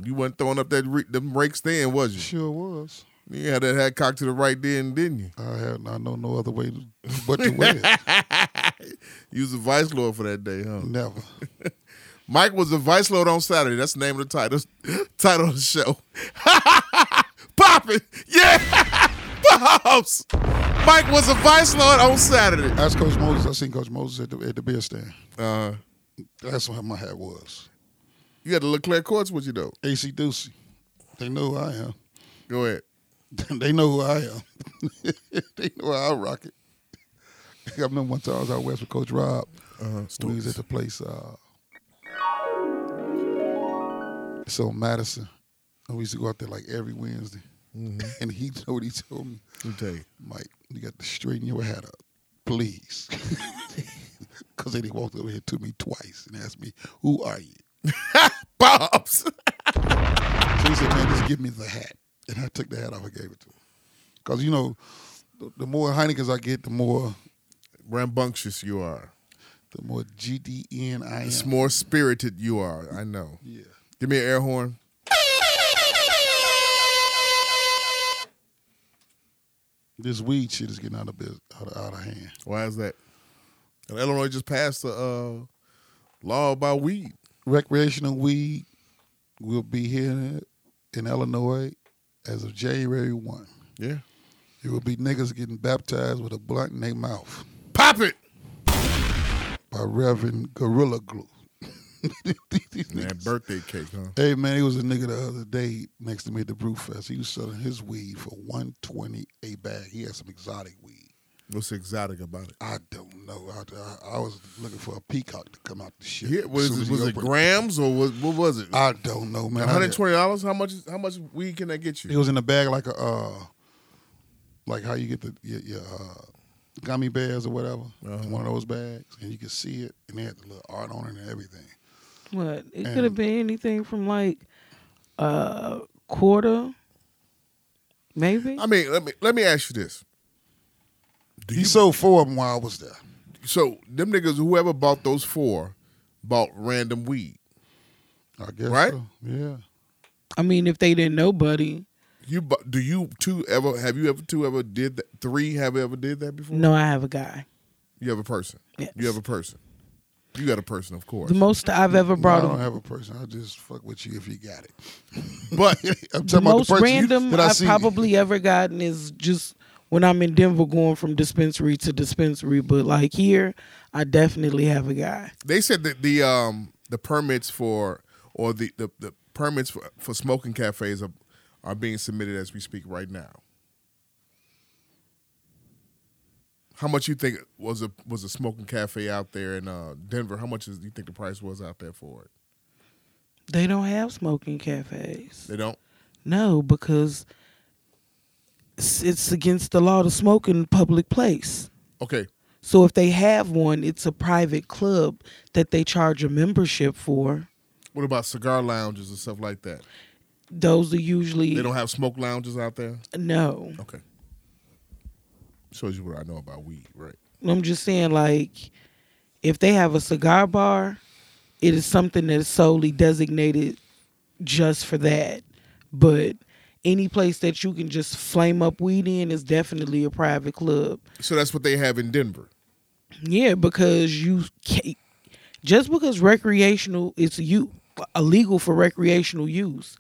S6: You wasn't throwing up that re- them rakes then, was you?
S5: sure was.
S6: You had that hat cocked to the right then, didn't you?
S5: I had I know no other way to- but to wear it.
S6: You was a vice lord for that day, huh?
S5: Never.
S6: Mike was a vice lord on Saturday. That's the name of the title title of the show. Pop it, yeah, pops. Mike was a vice lord on Saturday.
S5: Ask Coach Moses. I seen Coach Moses at the at the beer stand.
S6: Uh,
S5: That's what my hat was.
S6: you had the Leclerc courts with you though.
S5: AC Ducey. They know who I am.
S6: Go ahead.
S5: they know who I am. they know how I rock it. I remember one time I was out west with Coach Rob.
S6: Uh,
S5: we was at the place. Uh, it's on Madison. And we used to go out there like every Wednesday. And he told he told me,
S6: Let me tell you.
S5: Mike, you got to straighten your hat up, please. Because then he walked over here to me twice and asked me, who are you?
S6: Pops.
S5: So he said, man, just give me the hat. And I took the hat off and gave it to him. Because, you know, the, the more Heinekens I get, the more
S6: Rambunctious you are.
S5: the more GDN I am.
S6: It's more spirited you are. I know.
S5: yeah.
S6: Give me an air horn.
S5: This weed shit is getting out of biz- out of, out of hand.
S6: Why is that? And Illinois just passed a uh, law about weed.
S5: Recreational weed will be here in Illinois as of January 1.
S6: Yeah.
S5: It will be niggas getting baptized with a blunt in their mouth
S6: Pop it.
S5: by Reverend Gorilla Glue. These
S6: Man,
S5: niggas-
S6: birthday cake, huh?
S5: Hey man, it was a nigga the other day next to me at the brew fest. He was selling his weed for one twenty a bag. He had some exotic weed.
S6: What's exotic about it?
S5: I don't know. I, I, I was looking for a peacock to come out the shit.
S6: Yeah,
S5: As
S6: was
S5: soon
S6: it,
S5: as
S6: was
S5: he
S6: it
S5: opened-
S6: grams or was, what was it? One
S5: I don't know, man. I
S6: hundred
S5: didn't-
S6: twenty dollars. How much? How much weed can that get
S5: It
S6: you?
S5: was in a bag like a, uh, like how you get the your, your uh, gummy bears or whatever.
S6: Uh-huh.
S5: One of those bags, and you could see it, and they had the little art on it and everything.
S7: What? It
S5: And-
S7: could have been anything from like a quarter, maybe.
S6: I mean, let me let me ask you this. Do
S5: He sold four of them while I was there.
S6: so them niggas, whoever bought those four, bought random weed.
S5: I guess.
S6: Right?
S5: so. Yeah.
S7: I mean, if they didn't know, buddy.
S6: You bu- do you two ever have you ever two ever did that? Three have ever did that before?
S7: No, I have a guy.
S6: You have a person.
S7: Yes.
S6: You have a person. You got a person, of course.
S7: The most I've ever
S5: I
S7: brought
S5: don't
S7: him.
S5: have a person. I just fuck with you if you got it.
S6: But
S5: I'm talking
S7: The
S5: about
S7: most
S5: the person you-
S7: random
S5: that I
S7: I've
S5: see.
S7: probably ever gotten is just when I'm in Denver going from dispensary to dispensary. But like here, I definitely have a guy.
S6: they said that the um the permits for or the the, the permits for, for smoking cafes are are being submitted as we speak right now. How much you think was a was a smoking cafe out there in uh, Denver? How much is, do you think the price was out there for it?
S7: They don't have smoking cafes.
S6: They don't.
S7: No, because it's, it's against the law to smoke in a public place.
S6: Okay,
S7: So if they have one, it's a private club that they charge a membership for.
S6: what about cigar lounges and stuff like that?
S7: Those are usually
S6: They don't have smoke lounges out there.
S7: no.
S6: Okay, shows you what I know about weed, right?
S7: I'm just saying, like, if they have a cigar bar, it is something that is solely designated just for that. But any place that you can just flame up weed in is definitely a private club.
S6: So that's what they have in Denver.
S7: Yeah, because you can't, just because recreational is you illegal for recreational use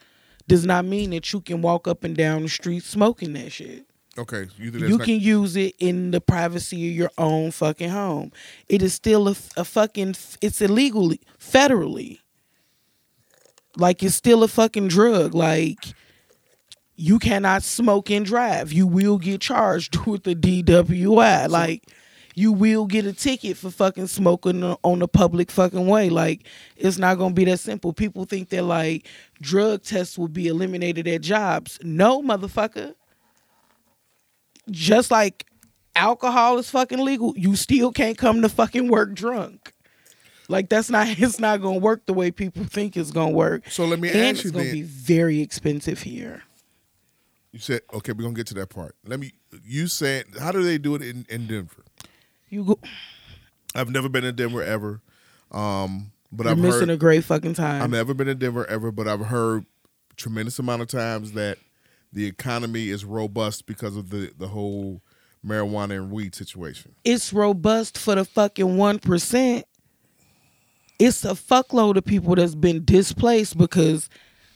S7: does not mean that you can walk up and down the street smoking that shit.
S6: Okay, you, think that's
S7: You
S6: not-
S7: can use it in the privacy of your own fucking home. It is still a, a fucking. It's illegal federally. Like it's still a fucking drug. Like you cannot smoke and drive. You will get charged with the DWI. Like you will get a ticket for fucking smoking on- on the public fucking way. Like it's not gonna be that simple. People think that like drug tests will be eliminated at jobs. No, motherfucker just like alcohol is fucking legal, you still can't come to fucking work drunk. Like that's not it's not gonna work the way people think it's gonna work.
S6: So let me
S7: and
S6: ask
S7: it's
S6: you
S7: gonna
S6: then.
S7: be very expensive here.
S6: You said okay, we're gonna get to that part. Let me. You said how do they do it in, in Denver?
S7: You go,
S6: I've never been in Denver ever, um, but
S7: you're
S6: I've
S7: missing
S6: heard
S7: a great fucking time.
S6: I've never been in Denver ever, but I've heard tremendous amount of times that the economy is robust because of the the whole marijuana and weed situation.
S7: it's robust for the fucking one percent. It's a fuckload of people that's been displaced because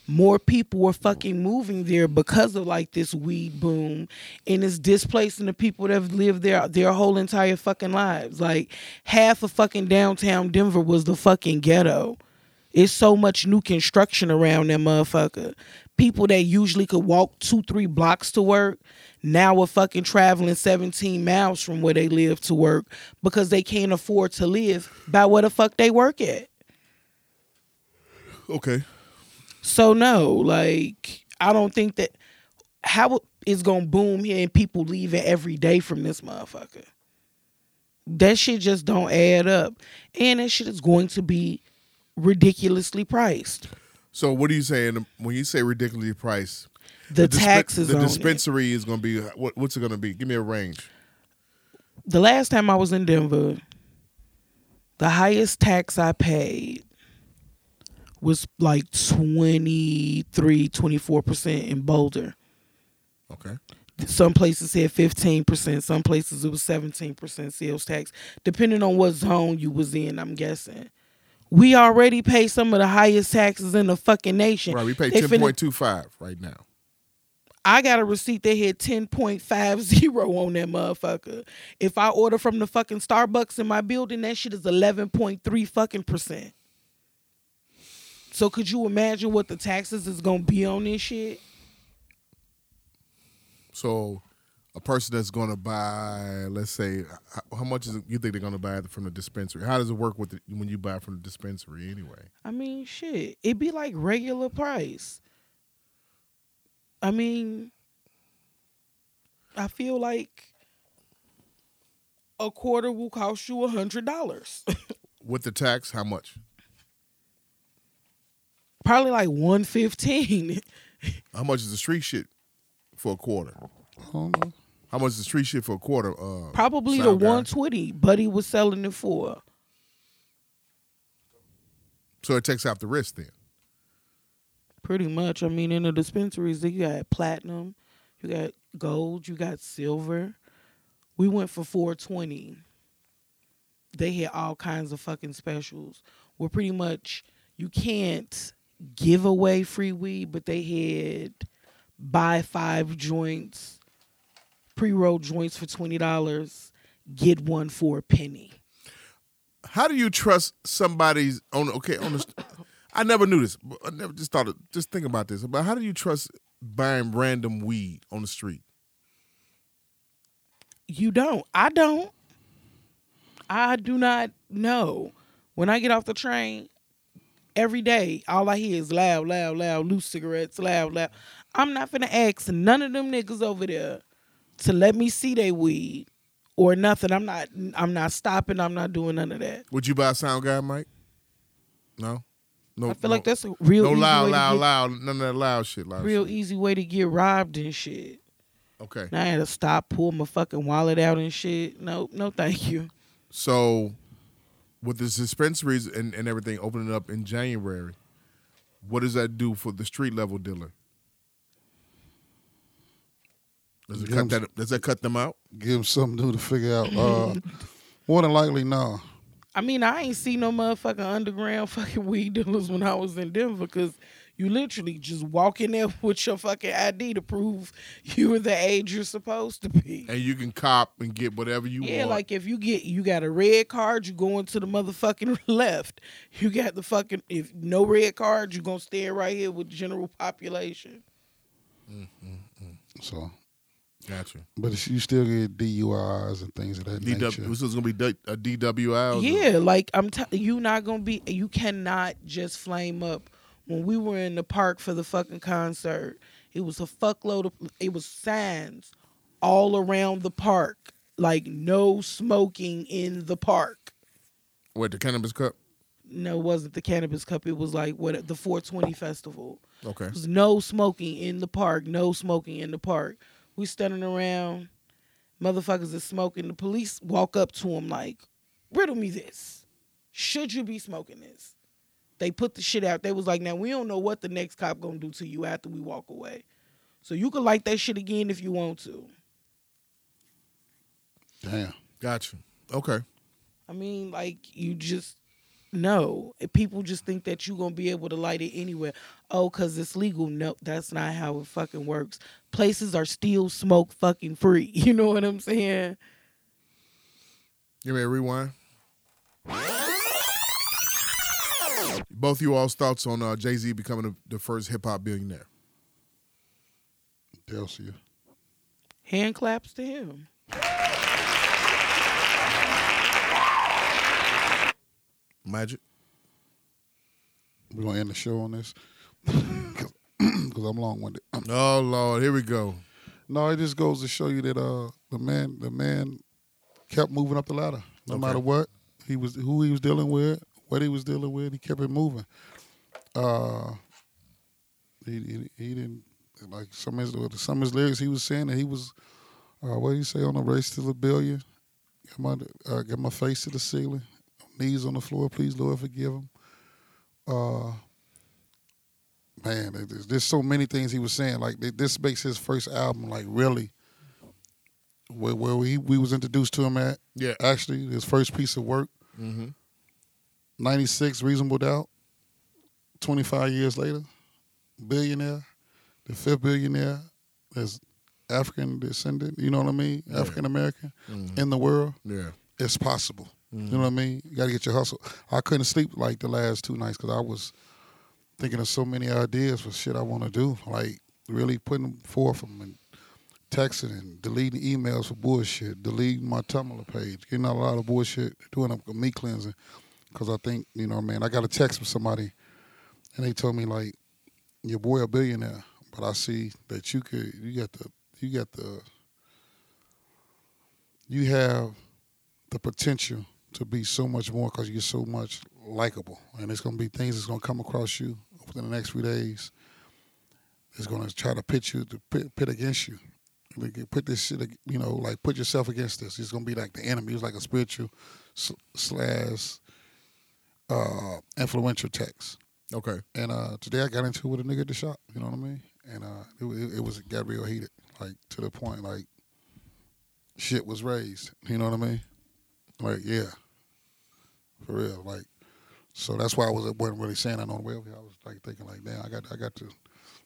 S7: more people were fucking moving there because of like this weed boom and it's displacing the people that have lived there their whole entire fucking lives. Like half of fucking downtown Denver was the fucking ghetto. It's so much new construction around that motherfucker. People that usually could walk two, three blocks to work now are fucking traveling 17 miles from where they live to work because they can't afford to live by where the fuck they work at.
S6: Okay,
S7: So no, like I don't think that how it's gonna boom here and people leaving every day from this motherfucker. That shit just don't add up, and that shit is going to be ridiculously priced.
S6: so what are you saying when you say ridiculously priced?
S7: The,
S6: dispen-
S7: taxes
S6: the
S7: on it.
S6: dispensary is gonna be what, what's it gonna be? Give me a range.
S7: the last time I was in Denver, the highest tax I paid was like 23, 24% in Boulder.
S6: Okay,
S7: Some places said 15%, some places it was 17% sales tax, depending on what zone you was in, I'm guessing. We already pay some of the highest taxes in the fucking nation.
S6: right. We pay
S7: They
S6: ten
S7: finna-
S6: point two five right now.
S7: I got a receipt that had 10.50 on that motherfucker. If I order from the fucking Starbucks in my building, that shit is 11.3 fucking percent. So could you imagine what the taxes is going to be on this shit?
S6: So, a person that's going to buy, let's say, h- how much is it you think they're going to buy from the dispensary? How does it work with the, when you buy from the dispensary anyway?
S7: I mean, shit. It'd be like regular price. I mean, I feel like a quarter will cost you a $100.
S6: With the tax, how much?
S7: Probably like 115.
S6: How much is the street shit for a quarter?
S5: I don't know.
S6: How much is the street shit for a quarter? Uh,
S7: Probably the
S6: sound guy?
S7: one twenty Buddy was selling it for.
S6: So it takes out the risk then.
S7: Pretty much. I mean, in the dispensaries, you got platinum, you got gold, you got silver. We went for four twenty. they had all kinds of fucking specials where pretty much you can't give away free weed, but they had buy five joints, pre roll joints for twenty dollars, get one for a penny.
S6: How do you trust somebody's on? Okay, on the. I never knew this. but I never just thought. Of, just think about this. But how do you trust buying random weed on the street?
S7: You don't. I don't. I do not know. When I get off the train every day, all I hear is loud, loud, loud, loose cigarettes, loud, loud. I'm not finna ask none of them niggas over there to let me see they weed or nothing. I'm not I'm not stopping. I'm not doing none of that.
S6: Would you buy a sound guy, Mike? No. No.
S7: I feel like
S6: no-
S7: that's a real
S6: no
S7: easy
S6: loud,
S7: way to
S6: loud,
S7: get,
S6: loud. None of that loud shit. Loud
S7: real
S6: shit.
S7: easy way to get robbed and shit.
S6: Okay.
S7: And I had to stop, pull my fucking wallet out and shit. No, no, thank you.
S6: So, with the dispensaries and, and everything opening up in January, what does that do for the street level dealer? Does it cut
S5: Yes.
S6: that? Does that cut them out?
S5: Give him something new to figure out. Uh, more than likely, no.
S7: I mean, I ain't seen no motherfucking underground fucking weed dealers when I was in Denver because you literally just walk in there with your fucking ID to prove you were the age you're supposed to be.
S6: And you can cop and get whatever you
S7: Yeah,
S6: want.
S7: like if you get you got a red card, you going to the motherfucking left. You got the fucking if no red card, you gonna stand right here with the general population.
S5: So,
S6: gotcha.
S5: but it's- you still get DUIs and things of that nature.
S6: DW, this is gonna be D- a DWI.
S7: Yeah, like I'm t- you not gonna be you cannot just flame up. When we were in the park for the fucking concert, it was a fuckload of it was signs all around the park. Like no smoking in the park.
S6: Wait, the cannabis cup.
S7: No, it wasn't the cannabis cup. It was like what the 420 festival.
S6: Okay.
S7: It was no smoking in the park. No smoking in the park. We standing around, motherfuckers is smoking. The police walk up to him like, "Riddle me this: Should you be smoking this?" They put the shit out. They was like, "Now we don't know what the next cop gonna do to you after we walk away, so you can light that shit again if you want to."
S5: Damn.
S6: Gotcha. Okay.
S7: I mean, like you just no. People just think that you're gonna be able to light it anywhere. Oh, cause it's legal. No, that's not how it fucking works. Places are still smoke fucking free. You know what I'm saying?
S6: Give me a rewind. Both you all's thoughts on uh, Jay Z becoming the, the first hip hop billionaire.
S5: Delcia.
S7: Hand claps to him.
S6: Magic.
S5: We're going to end the show on this because I'm long winded.
S6: Oh Lord, here we go.
S5: No, it just goes to show you that uh, the man the man kept moving up the ladder, no
S6: Okay.
S5: matter what he was, who he was dealing with, what he was dealing with. He kept it moving. Uh, he, he, he didn't like some of his some of his lyrics. He was saying that he was uh, what do you say on the race to the billion? Got my uh, got my face to the ceiling, knees on the floor. Please, Lord, forgive him. Uh, man, there- there's, there's so many things he was saying. Like th- this makes his first album like really where where we we was introduced to him at.
S6: Yeah.
S5: actually, his first piece of work.
S6: Mhm.
S5: Ninety six, Reasonable Doubt. Twenty five years later, billionaire, the fifth billionaire, is African descendant. You know what I mean? African American in the world.
S6: Mm-hmm. Yeah. Mm-hmm.
S5: It's possible.
S6: Mm.
S5: You know what I mean? You got to get your hustle. I couldn't sleep like the last two nights because I was thinking of so many ideas for shit I want to do. Like really putting them forth them and texting and deleting emails for bullshit, deleting my Tumblr page, getting out a lot of bullshit, doing a meat cleansing. Because I think, you know, man, I got a text from somebody and they told me, like, your boy a billionaire, but I see that you could, you got the, you got the, you have the potential to be so much more because you're so much likable, and it's gonna be things that's gonna come across you within the next few days. It's gonna try to pit you to pit, pit against you. Like, you put this shit, ag- you know, like put yourself against this. It's gonna be like the enemy. It's like a spiritual sl- slash uh, influential text.
S6: Okay.
S5: And uh, today I got into it with a nigga at the shop. You know what I mean? And uh, it, wa- it, it was it got real heated, like to the point like shit was raised. You know what I mean? Like yeah, for real. Like, so that's why I was uh, wasn't really saying I know the way. I was like thinking like, damn, I got I got to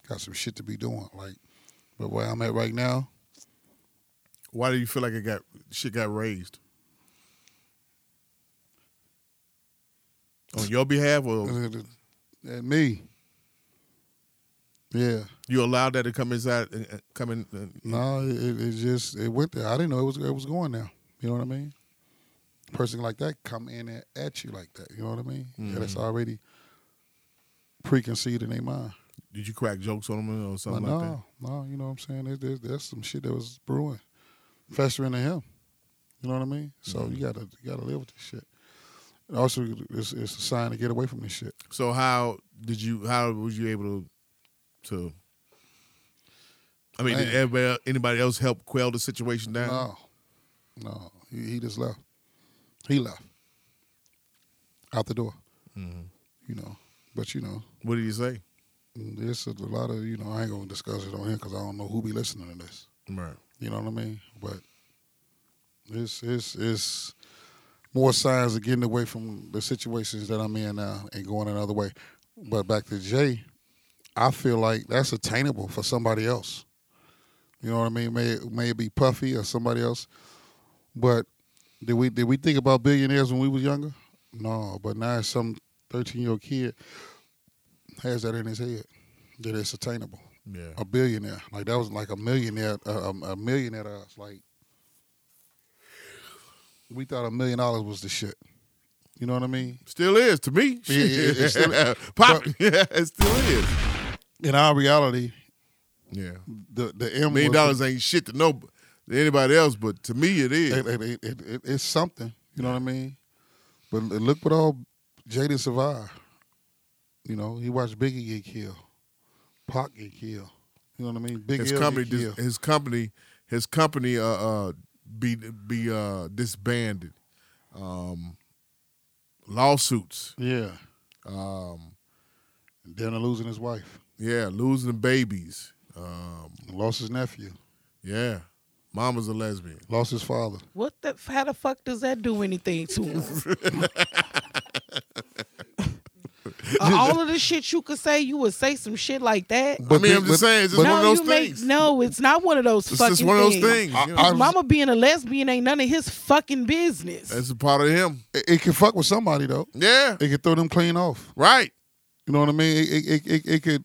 S5: got some shit to be doing. Like, but where I'm at right now,
S6: Why do you feel like it got shit got raised? On your behalf, or
S5: at me. Yeah,
S6: you allowed that to come inside, and and come in? uh, and-
S5: no, it, it it just it went there. I didn't know it was it was going there. You know what I mean? Person like that come in at, at you like that. You know what I mean? Yeah, that's
S6: Mm-hmm.
S5: already preconceived in their mind.
S6: Did you crack jokes on them or something
S5: But
S6: like that?
S5: no, no, you know what I'm saying? There's, there's, there's some shit that was brewing, festering in him. You know what I mean? So you
S6: Mm-hmm.
S5: gotta you gotta live with this shit. And also, it's, it's a sign to get away from this shit.
S6: So how did you? How was you able to? to I mean, did
S5: Man.
S6: everybody, anybody else help quell the situation down?
S5: No, no, he, he just left. He left out the door. You know, but you know,
S6: Mm-hmm. What did you say?
S5: there's a lot of you know. I ain't gonna discuss it on here because I don't know who be listening to this.
S6: Right.
S5: You know what I mean? But it's it's it's more signs of getting away from the situations that I'm in now and going another way. But back to Jay, I feel like that's attainable for somebody else. You know what I mean? May may it be Puffy or somebody else. But did we did we think about billionaires when we was younger? No, but now some thirteen year old kid has that in his head that it's attainable
S6: Yeah.
S5: a billionaire. Like that was like a millionaire, a, a, a millionaire to us. Like we thought a million dollars was the shit. You know what I mean?
S6: Still is to me.
S5: Yeah, yeah, it's still-
S6: Pop. Yeah, it still is.
S5: In our reality,
S6: Yeah.
S5: the the M
S6: Million
S5: was-
S6: dollars ain't shit to no to anybody else, but to me it is.
S5: It, it, it, it, it- it's something. You know what I mean? But l- look what all Jaden survived. You know, he watched Biggie get killed, Pac get killed. You know what I mean? Big
S6: His
S5: L
S6: company,
S5: get
S6: dis,
S5: killed.
S6: his company, his company, uh, uh be be uh disbanded. Um, lawsuits.
S5: yeah.
S6: Um,
S5: Then losing his wife,
S6: yeah, losing babies. Um,
S5: lost his nephew,
S6: yeah, mama's a lesbian.
S5: lost his father.
S7: What the? f- How the fuck does that do anything to us? Uh, all of the shit you could say, you would say some shit like that.
S6: I mean, I'm just saying, it's just
S5: but-
S6: one of
S7: no,
S6: those
S7: you
S6: things.
S7: Make, no, it's not one of those
S6: it's
S7: fucking
S6: just one of those
S7: things.
S6: things.
S5: I-
S6: you know?
S5: I-
S7: Mama being a lesbian ain't none of his fucking business.
S6: That's a part of him.
S5: It, it can fuck with somebody though.
S6: Yeah,
S5: It could throw them clean off.
S6: right.
S5: You know what I mean? It it, it, it, it could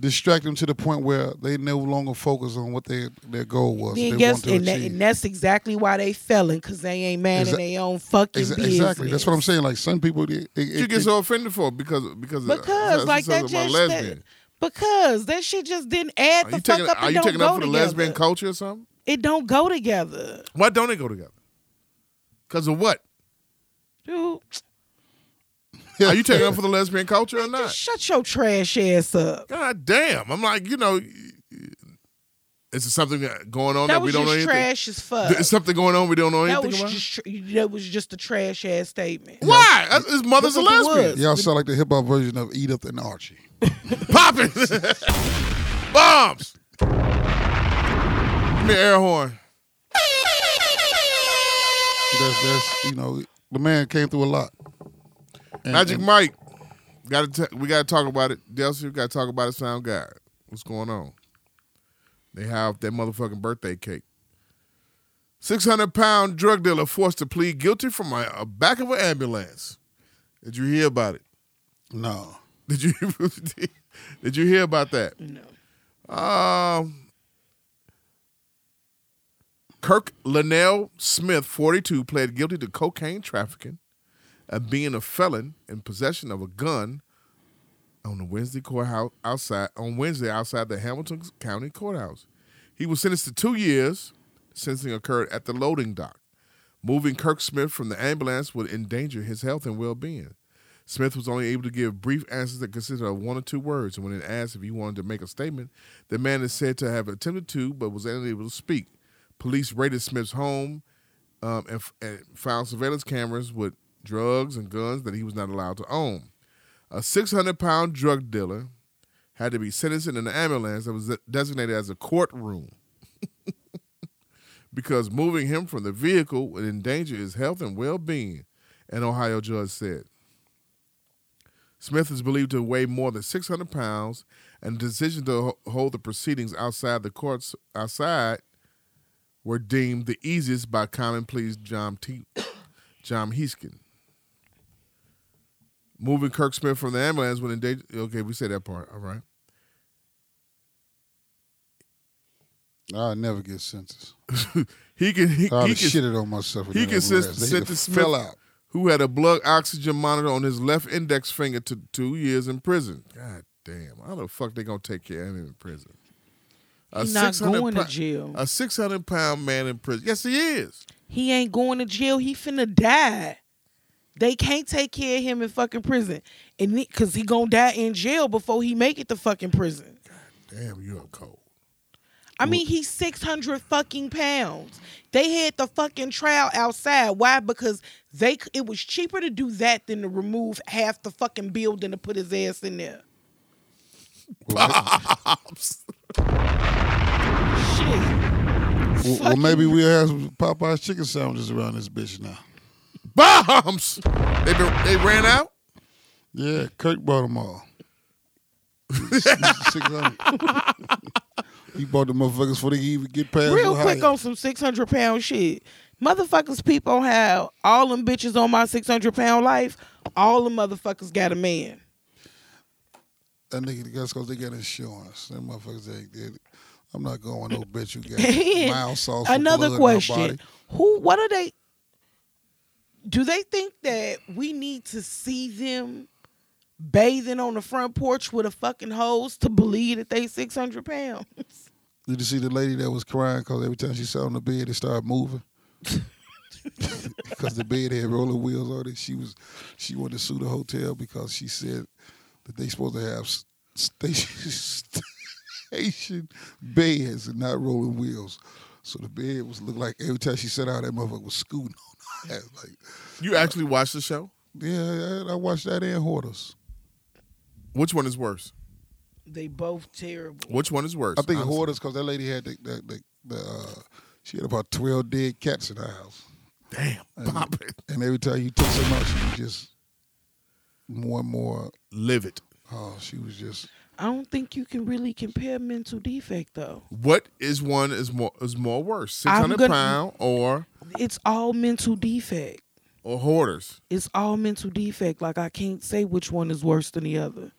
S5: distract them to the point where they no longer focus on what their their goal was.
S7: Then
S5: they
S7: guess,
S5: want
S7: and,
S5: to
S7: that,
S5: achieve.
S7: and that's exactly why they felon, cause they ain't man
S5: Exa-
S7: in their own fucking
S5: Exa-
S7: business.
S5: exactly. That's what I'm saying. Like some people, it, it,
S6: You
S5: it,
S6: get
S5: it,
S6: so offended for because because of-
S7: Because like that
S6: because of my
S7: just
S6: lesbian.
S7: that, because that shit just didn't add
S6: Are
S7: the
S6: you taking
S7: fuck up.
S6: are
S7: and
S6: you
S7: don't
S6: taking
S7: go
S6: up for the
S7: together.
S6: lesbian culture or something?
S7: It don't go together,
S6: Why don't they go together? Because of what?
S7: dude.
S6: Are you taking up for the lesbian culture or
S7: Just
S6: not?
S7: shut your trash ass up.
S6: God damn. I'm like, you know, is there something that- going on that,
S7: That
S6: we
S7: was
S6: don't know
S7: just
S6: anything?
S7: trash as fuck.
S6: Is something going on we don't know
S7: That
S6: anything
S7: was
S6: about?
S7: just tr- that was just a trash ass statement.
S6: Why? That's- His mother's a
S7: Look at the
S6: lesbian.
S7: woods.
S5: y'all sound like the hip hop version of Edith and Archie.
S6: Popping. Bombs. Give me an air horn.
S5: That's that's you know the man came through a lot. And-
S6: Magic
S5: and
S6: Mike. Got to we got to talk about it. Delcy, we got to talk about it. Sound guy, what's going on? They have that motherfucking birthday cake. Six hundred pound drug dealer forced to plead guilty from a, a back of an ambulance. Did you hear about it?
S5: no,
S6: Did you did you hear about that?
S7: No.
S6: Um, Kirk Linnell Smith, 42, pled guilty to cocaine trafficking and being a felon in possession of a gun on the Wednesday courthouse outside on Wednesday outside the Hamilton County courthouse. He was sentenced to two years. Sentencing occurred at the loading dock. Moving Kirk Smith from the ambulance would endanger his health and well-being. Smith was only able to give brief answers that consisted of one or two words, and when it asked if he wanted to make a statement, the man is said to have attempted to but was unable to speak. Police raided Smith's home um, and, f- and found surveillance cameras with drugs and guns that he was not allowed to own. A 600 pound drug dealer had to be sentenced in an ambulance that was designated as a courtroom because moving him from the vehicle would endanger his health and well being an Ohio judge said. Smith is believed to weigh more than 600 pounds, and the decision to ho- hold the proceedings outside the courts outside were deemed the easiest by common pleas John T- John Heeskin. Moving Kirk Smith from the ambulance when in danger. Okay, we said that part. All right.
S5: I'll never get sentenced.
S6: He can. He,
S5: I'd
S6: he
S5: have
S6: can.
S5: shitted on myself. if
S6: He
S5: that was
S6: consist-
S5: arrest. They
S6: sent
S5: hit the
S6: to
S5: fell
S6: Smith-
S5: out.
S6: who had a blood oxygen monitor on his left index finger to two years in prison. God damn. How the fuck they gonna take care of him in prison?
S7: He not
S6: 600
S7: going to
S6: pou-
S7: jail.
S6: A 600 pound man in prison. Yes, he is.
S7: He ain't going to jail. He finna die. They can't take care of him in fucking prison, and he, cause he gonna die in jail before he make it to fucking prison.
S6: Damn, you are cold.
S7: I mean, he's six hundred fucking pounds. They had the fucking trial outside. Why? Because they c- it was cheaper to do that than to remove half the fucking building to put his ass in there. Shit.
S5: Well, well, maybe we'll have some Popeye's chicken sandwiches around this bitch now.
S6: Bombs! They, been, they ran out?
S5: Yeah, Kirk bought them all. Six hundred. he bought the motherfuckers before they even get past
S7: Real
S5: Ohio.
S7: quick on some six hundred pound shit. Motherfuckers peep on how all them bitches on my six hundred pound life, all the motherfuckers got a man.
S5: That nigga, that's because they got insurance. Them motherfuckers ain't did it. I'm not going no bitch who got
S7: And
S5: mild sauce. with
S7: Another
S5: blood in her
S7: question:
S5: body.
S7: Who? What are they? Do they think that we need to see them bathing on the front porch with a fucking hose to believe that they six hundred pounds?
S5: Did you see the lady that was crying because every time she sat on the bed, it started moving? Because the bed had roller wheels on it. She was, she wanted to sue the hotel because she said that they supposed to have s- station, station beds and not rolling wheels. So the bed was looked like every time she sat out, that motherfucker was scooting on her. like,
S6: You actually watched the show?
S5: yeah, I, I watched that in Hoarders.
S6: Which one is worse?
S7: They both terrible.
S6: Which one is worse?
S5: I think
S6: Honestly.
S5: Hoarders because that lady had the, the, the, the uh, she had about twelve dead cats in her house.
S6: Damn. Pop it.
S5: And every time you took some out, she was just more and more.
S6: Live it.
S5: Oh, she was just.
S7: I don't think you can really compare mental defect though.
S6: What is one is more is more worse? Six
S7: I'm
S6: hundred
S7: gonna-
S6: pound or
S7: It's all mental defect.
S6: or hoarders?
S7: It's all mental defect. Like I can't say which one is worse than the other.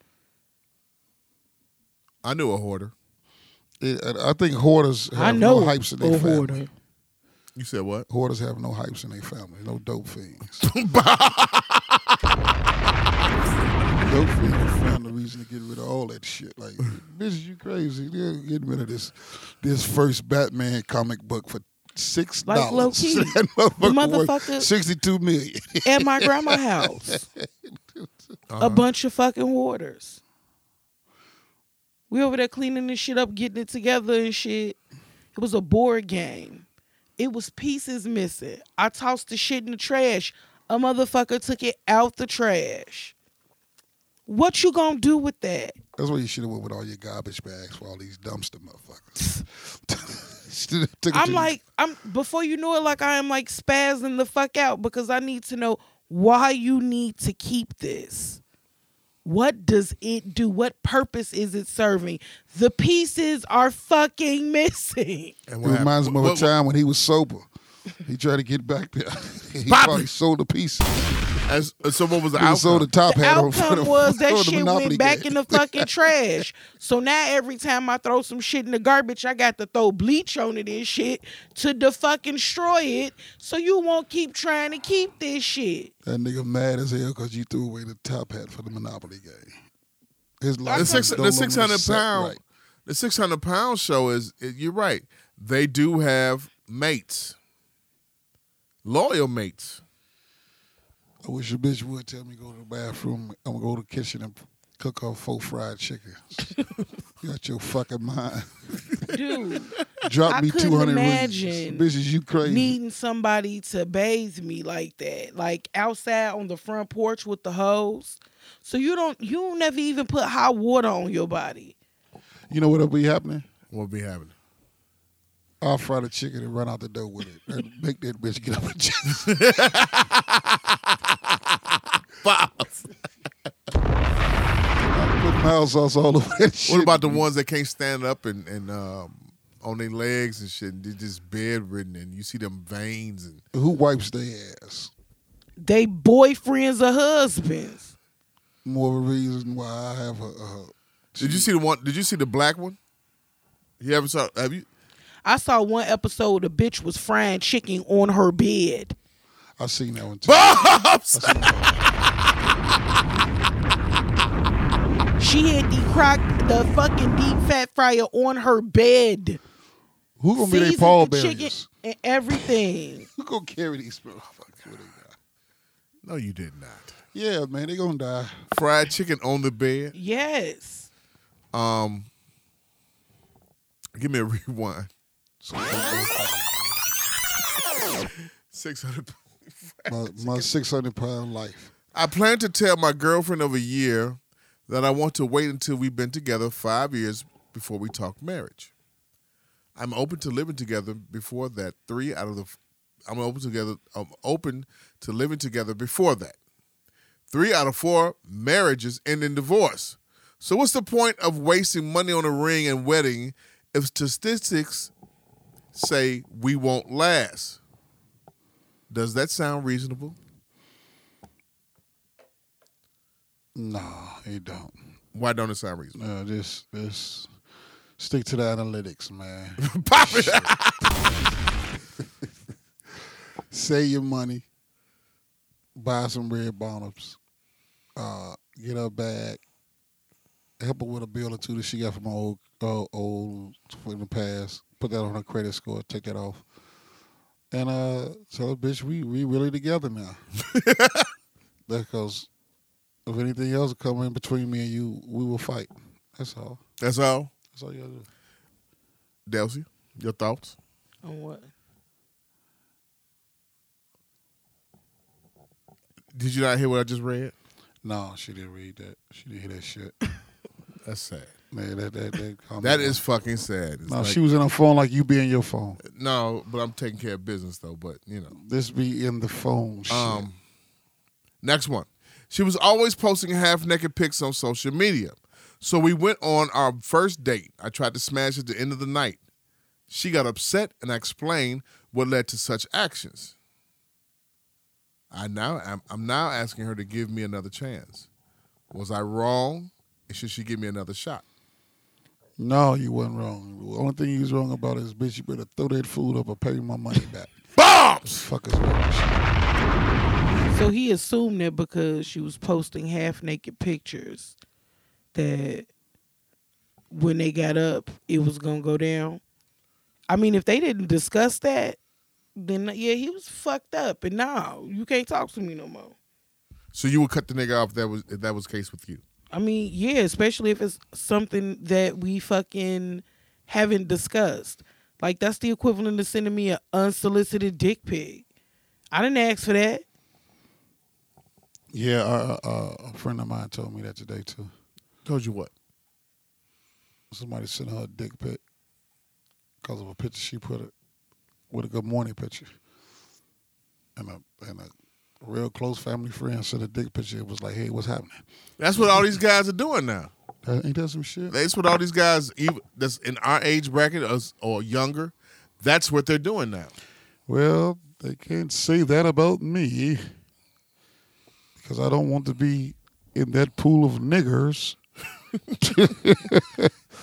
S6: I knew a hoarder.
S5: It, I I think hoarders have
S7: I know
S5: no hypes in
S7: a
S5: their family.
S7: hoarder.
S6: You said what?
S5: Hoarders have no hypes in their family. No dope fiends. dope fiends found a reason to get rid of all that shit. Like, bitch, you crazy? Yeah, get rid of this this first Batman comic book for six
S7: Like,
S5: dollars.
S7: low-key.
S5: that motherfucker, worth
S7: motherfucker-
S5: sixty-two million.
S7: at my grandma's house.
S5: Uh-huh.
S7: A bunch of fucking hoarders. We over there cleaning this shit up, getting it together and shit. It was a board game. It was pieces missing. I tossed the shit in the trash. A motherfucker took it out the trash. What you gonna do with that?
S5: That's what you should have went with all your garbage bags for all these dumpster motherfuckers. Should've took it to
S7: I'm
S5: the-
S7: like, I'm before you know it, like I am like spazzing the fuck out because I need to know why you need to keep this. What does it do? What purpose is it serving? The pieces are fucking missing.
S6: And
S5: it
S6: what happened?
S5: reminds him of a
S6: What-
S5: time when he was sober. He tried to get back there. he
S6: Bobby.
S5: probably sold a piece. He
S6: what- as- so what was the
S5: was sold a
S6: outcome?
S5: top
S7: The
S5: hat on for
S7: outcome
S5: the,
S7: was that
S5: for the
S7: shit
S5: Monopoly
S7: went back
S5: game.
S7: in the fucking trash. So now every time I throw some shit in the garbage, I got to throw bleach on it and shit to de fucking destroy it. So you won't keep trying to keep this shit.
S5: That nigga mad as hell because you threw away the top hat for the Monopoly game. His life
S6: The
S5: is
S6: six
S5: no
S6: the
S5: longer
S6: six hundred
S5: set
S6: pound
S5: right.
S6: the six hundred pound show is it- you're right. They do have mates, loyal mates.
S5: I wish your bitch would tell me to go to the bathroom. I'm gonna go to the kitchen and cook her four fried chickens. you got your fucking mind.
S7: Dude.
S5: Drop
S7: I
S5: me
S7: couldn't
S5: two hundred
S7: imagine
S5: Bitches, you crazy?
S7: needing somebody to bathe me like that, like outside on the front porch with the hose. So you don't, you don't never even put hot water on your body.
S5: You know what'll be happening?
S6: What'll be happening?
S5: I'll fry the chicken and run out the door with it. And make that bitch get up and just
S6: Files.
S5: Put mild sauce all over that shit.
S6: What about the ones that can't stand up and and um, on their legs and shit? And they're just bedridden, and you see them veins and
S5: who wipes their ass?
S7: They boyfriends or husbands.
S5: More of a reason why I have a. a
S6: Did you see the one? Did you see the black one? You ever saw? Have you?
S7: I saw one episode a bitch was frying chicken on her bed.
S5: I seen that one too.
S6: Bobs.
S7: She had the crock the fucking deep fat fryer on her bed.
S5: Who gonna be their
S7: Seasoned the
S5: pallbearers?
S7: and everything.
S5: Who gonna carry these motherfuckers? when they die?
S6: No, you did not.
S5: Yeah, man, they gonna die.
S6: Fried chicken on the bed.
S7: Yes.
S6: Um, give me a rewind. Six hundred.
S5: My, my six hundred pound life.
S6: I plan to tell my girlfriend of a year that I want to wait until we've been together five years before we talk marriage. I'm open to living together before that. Three out of the, I'm open together. I'm open to living together before that. Three out of four marriages end in divorce. So what's the point of wasting money on a ring and wedding if statistics say we won't last? Does that sound reasonable?
S5: Nah, it don't.
S6: Why don't it sound reasonable?
S5: No, this this stick to the analytics, man.
S6: Pop it.
S5: Save your money. Buy some red bottoms. Uh, get her a bag. Help her with a bill or two that she got from her old uh, old in the past. Put that on her credit score. Take that off. And uh, tell her, bitch, we we really together now. Because if anything else come in between me and you, we will fight. That's all.
S6: That's all.
S5: That's all you gotta do.
S6: Delcy, your thoughts?
S7: On what?
S6: Did you not hear what I just read?
S5: No, she didn't read that. She didn't hear that shit.
S6: That's sad.
S5: Man, that that that. comment
S6: That
S5: was-
S6: is fucking sad. It's
S5: No,
S6: like-
S5: she was in her phone like you be in your phone.
S6: no, but I'm taking care of business though. But you know,
S5: This be in the phone. Shit.
S6: um, next one. She was always posting half naked pics on social media. So we went on our first date. I tried to smash at the end of the night. She got upset, and I explained what led to such actions. I now I'm, I'm now asking her to give me another chance. Was I wrong? And should she give me another shot?
S5: no, you wasn't wrong. The only thing you was wrong about is, bitch, you better throw that food up or pay me my money back.
S6: Bombs.
S5: Fuckers. Bitch.
S7: So he assumed that because she was posting half naked pictures that when they got up it was gonna go down. I mean if they didn't discuss that, then yeah, he was fucked up and now you can't talk to me no more.
S6: So you would cut the nigga off if that was if that was the case with you.
S7: I mean, yeah, especially if it's something that we fucking haven't discussed. Like that's the equivalent of sending me an unsolicited dick pic. I didn't ask for that.
S5: Yeah, uh, uh, a friend of mine told me that today too.
S6: Told you what?
S5: Somebody sent her a dick pic because of a picture she put it with a good morning picture, and a and a real close family friend sent a dick picture. It was like, hey, what's happening?
S6: That's what all these guys are doing now.
S5: That, ain't that some shit?
S6: That's what all these guys, even that's in our age bracket us- or younger, that's what they're doing now.
S5: Well, they can't say that about me because I don't want to be in that pool of niggers.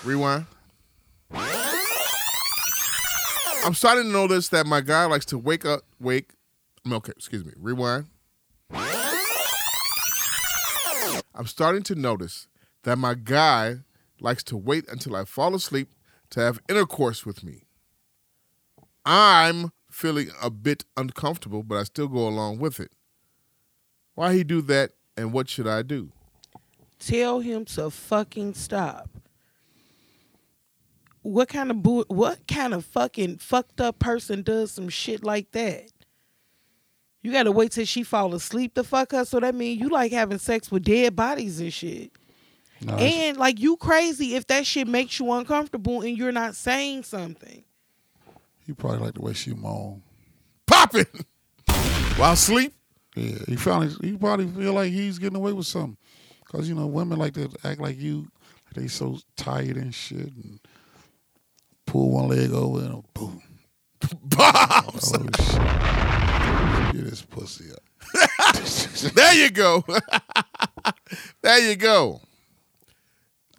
S6: Rewind. I'm starting to notice that my guy likes to wake up, wake. I mean, Okay, excuse me. Rewind. I'm starting to notice that my guy likes to wait until I fall asleep to have intercourse with me. I'm feeling a bit uncomfortable, but I still go along with it. Why he do that, and what should I do?
S7: Tell him to fucking stop. What kind of boo- what kind of fucking fucked up person does some shit like that? You gotta wait till she fall asleep to fuck her. So that means you like having sex with dead bodies and shit.
S5: Nah, it's-
S7: And like you crazy if that shit makes you uncomfortable and you're not saying something.
S5: he probably like the way she moan.
S6: Popping while asleep.
S5: Yeah, he finally he probably feel like he's getting away with something, cause you know women like to act like you, they so tired and shit, and pull one leg over and boom,
S6: Bombs.
S5: oh shit, get this pussy up.
S6: There you go. there you go.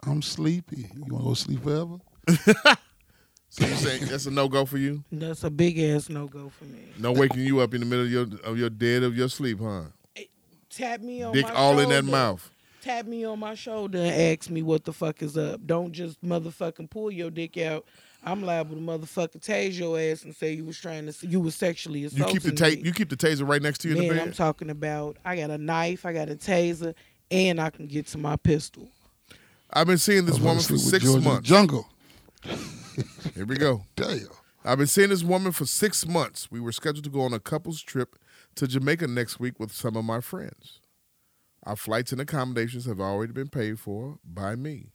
S5: I'm sleepy. You wanna go sleep forever?
S6: So you saying that's a no go for you?
S7: That's a big ass no go for me.
S6: No waking you up in the middle of your of your dead of your sleep, huh?
S7: Tap me on
S6: Dick
S7: Oh my
S6: all in that
S7: shoulder.
S6: mouth.
S7: Tap me on my shoulder and ask me what the fuck is up. Don't just motherfucking pull your dick out. I'm liable to motherfucking tase your ass and say you was trying to you was sexually
S6: You
S7: assaulting
S6: keep the
S7: me.
S6: tape. You keep the taser right next to you in the
S7: Man,
S6: bed.
S7: I'm talking about I got a knife, I got a taser, and I can get to my pistol.
S6: I've been seeing this
S5: I wanna
S6: woman for
S5: sleep with
S6: six
S5: Georgia
S6: months.
S5: Jungle.
S6: Here we go.
S5: Damn.
S6: I've been seeing this woman for six months. We were scheduled to go on a couple's trip to Jamaica next week with some of my friends. Our flights and accommodations have already been paid for by me.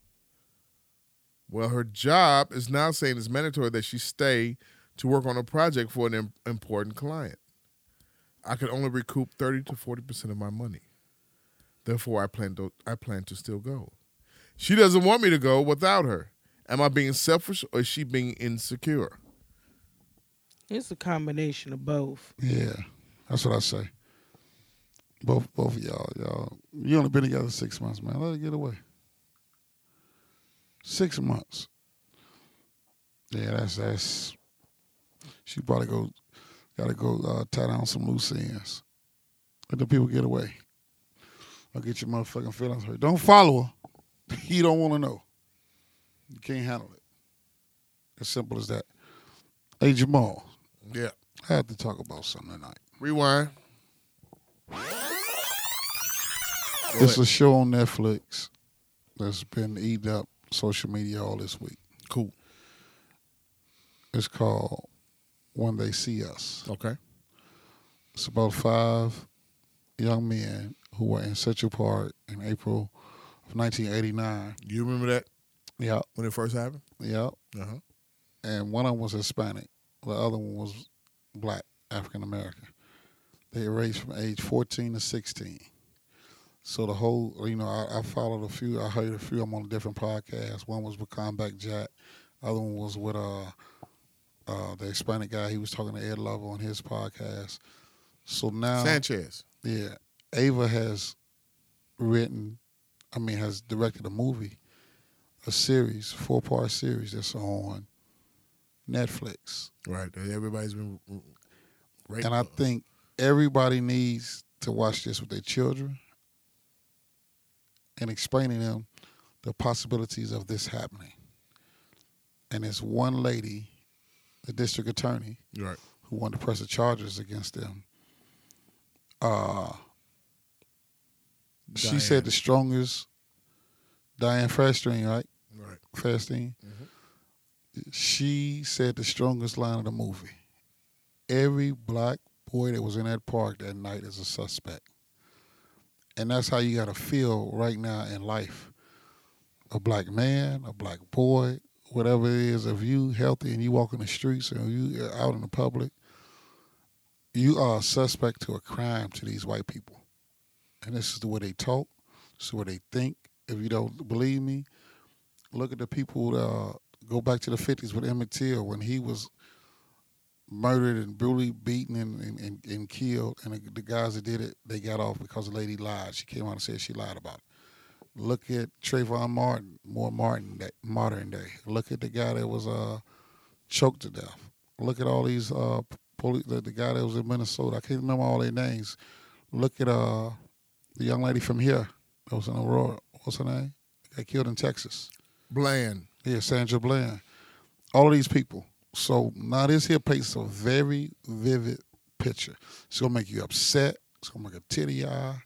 S6: Well, her job is now saying it's mandatory that she stay to work on a project for an im- important client. I could only recoup 30 to 40% of my money. Therefore, I plan to, I plan to still go. She doesn't want me to go without her. Am I being selfish or is she being insecure?
S7: It's a combination of both.
S5: Yeah, that's what I say. Both both of y'all, y'all, you only been together six months, man. Let it get away. Six months. Yeah, that's that's. She probably go, gotta go uh, tie down some loose ends. Let the people get away. Or get your motherfucking feelings hurt. Don't follow her. He don't want to know. You can't handle it. As simple as that. Hey Jamal,
S6: Yeah.
S5: I have to talk about something tonight.
S6: Rewind.
S5: It's a show on Netflix that's been eating up social media all this week.
S6: Cool.
S5: It's called When They See Us.
S6: Okay.
S5: It's about five young men who were in Central Park in April of 1989.
S6: You remember that
S5: Yep,
S6: when it first happened?
S5: yep.
S6: Uh huh.
S5: And one of them was Hispanic, the other one was black, African American. They ranged from age 14 to 16. So the whole, you know, I, I followed a few. I heard a few. I'm on different podcasts. One was with Combat Jack. Other one was with uh, uh, the Hispanic guy. He was talking to Ed Lover on his podcast. So now,
S6: Sanchez.
S5: yeah, Ava has written, I mean, has directed a movie, a series, four part series that's on Netflix.
S6: Right. Everybody's been right.
S5: And I think everybody needs to watch this with their children and explaining them the possibilities of this happening. And it's one lady, the district attorney,
S6: right.
S5: who wanted to press the charges against them. Uh, she
S6: Diane.
S5: said the strongest, Diane Feinstein, right?
S6: Right.
S5: Feinstein. She said the strongest line of the movie. Every black boy that was in that park that night is a suspect. And that's how you got to feel right now in life. A black man, a black boy, whatever it is, if you healthy and you walk in the streets and you out in the public, you are a suspect to a crime to these white people. And this is the way they talk, this is what they think. If you don't believe me, look at the people that uh, go back to the 50s with Emmett Till when he was murdered and brutally beaten and, and, and, and killed. And the, the guys that did it, they got off because the lady lied. She came out and said she lied about it. Look at Trayvon Martin, more Martin day, modern day. Look at the guy that was uh, choked to death. Look at all these uh, police. The, the guy that was in Minnesota. I can't remember all their names. Look at uh, the young lady from here that was in Aurora. What's her name? Got killed in Texas.
S6: Bland.
S5: Yeah, Sandra Bland. All of these people. So now this here paints a very vivid picture. It's gonna make you upset. It's gonna make a titty eye.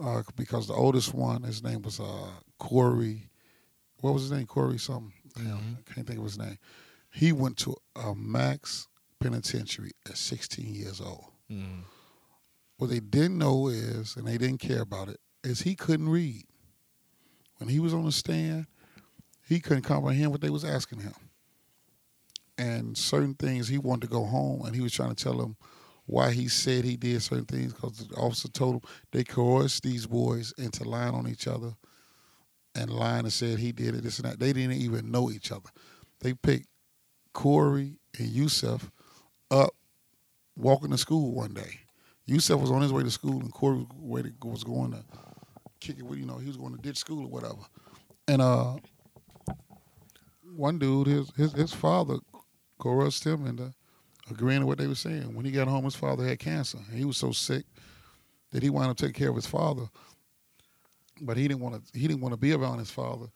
S5: Uh, because the oldest one, his name was uh, Corey. What was his name? Corey something. Damn, I can't think of his name. He went to a max penitentiary at 16 years old.
S6: Mm-hmm.
S5: What they didn't know is, and they didn't care about it, is he couldn't read. When he was on the stand, he couldn't comprehend what they was asking him. And certain things he wanted to go home and he was trying to tell them why he said he did certain things because the officer told him they coerced these boys into lying on each other and lying and said he did it, this and that. They didn't even know each other. They picked Corey and Yusef up walking to school one day. Yusef was on his way to school and Corey was way to- was going to kick it with, you know, he was going to ditch school or whatever. And uh, one dude, his his, his father coerced him into agreeing to what they were saying. When he got home, his father had cancer. And he was so sick that he wound up taking care of his father. But he didn't want to. He didn't want to be around his father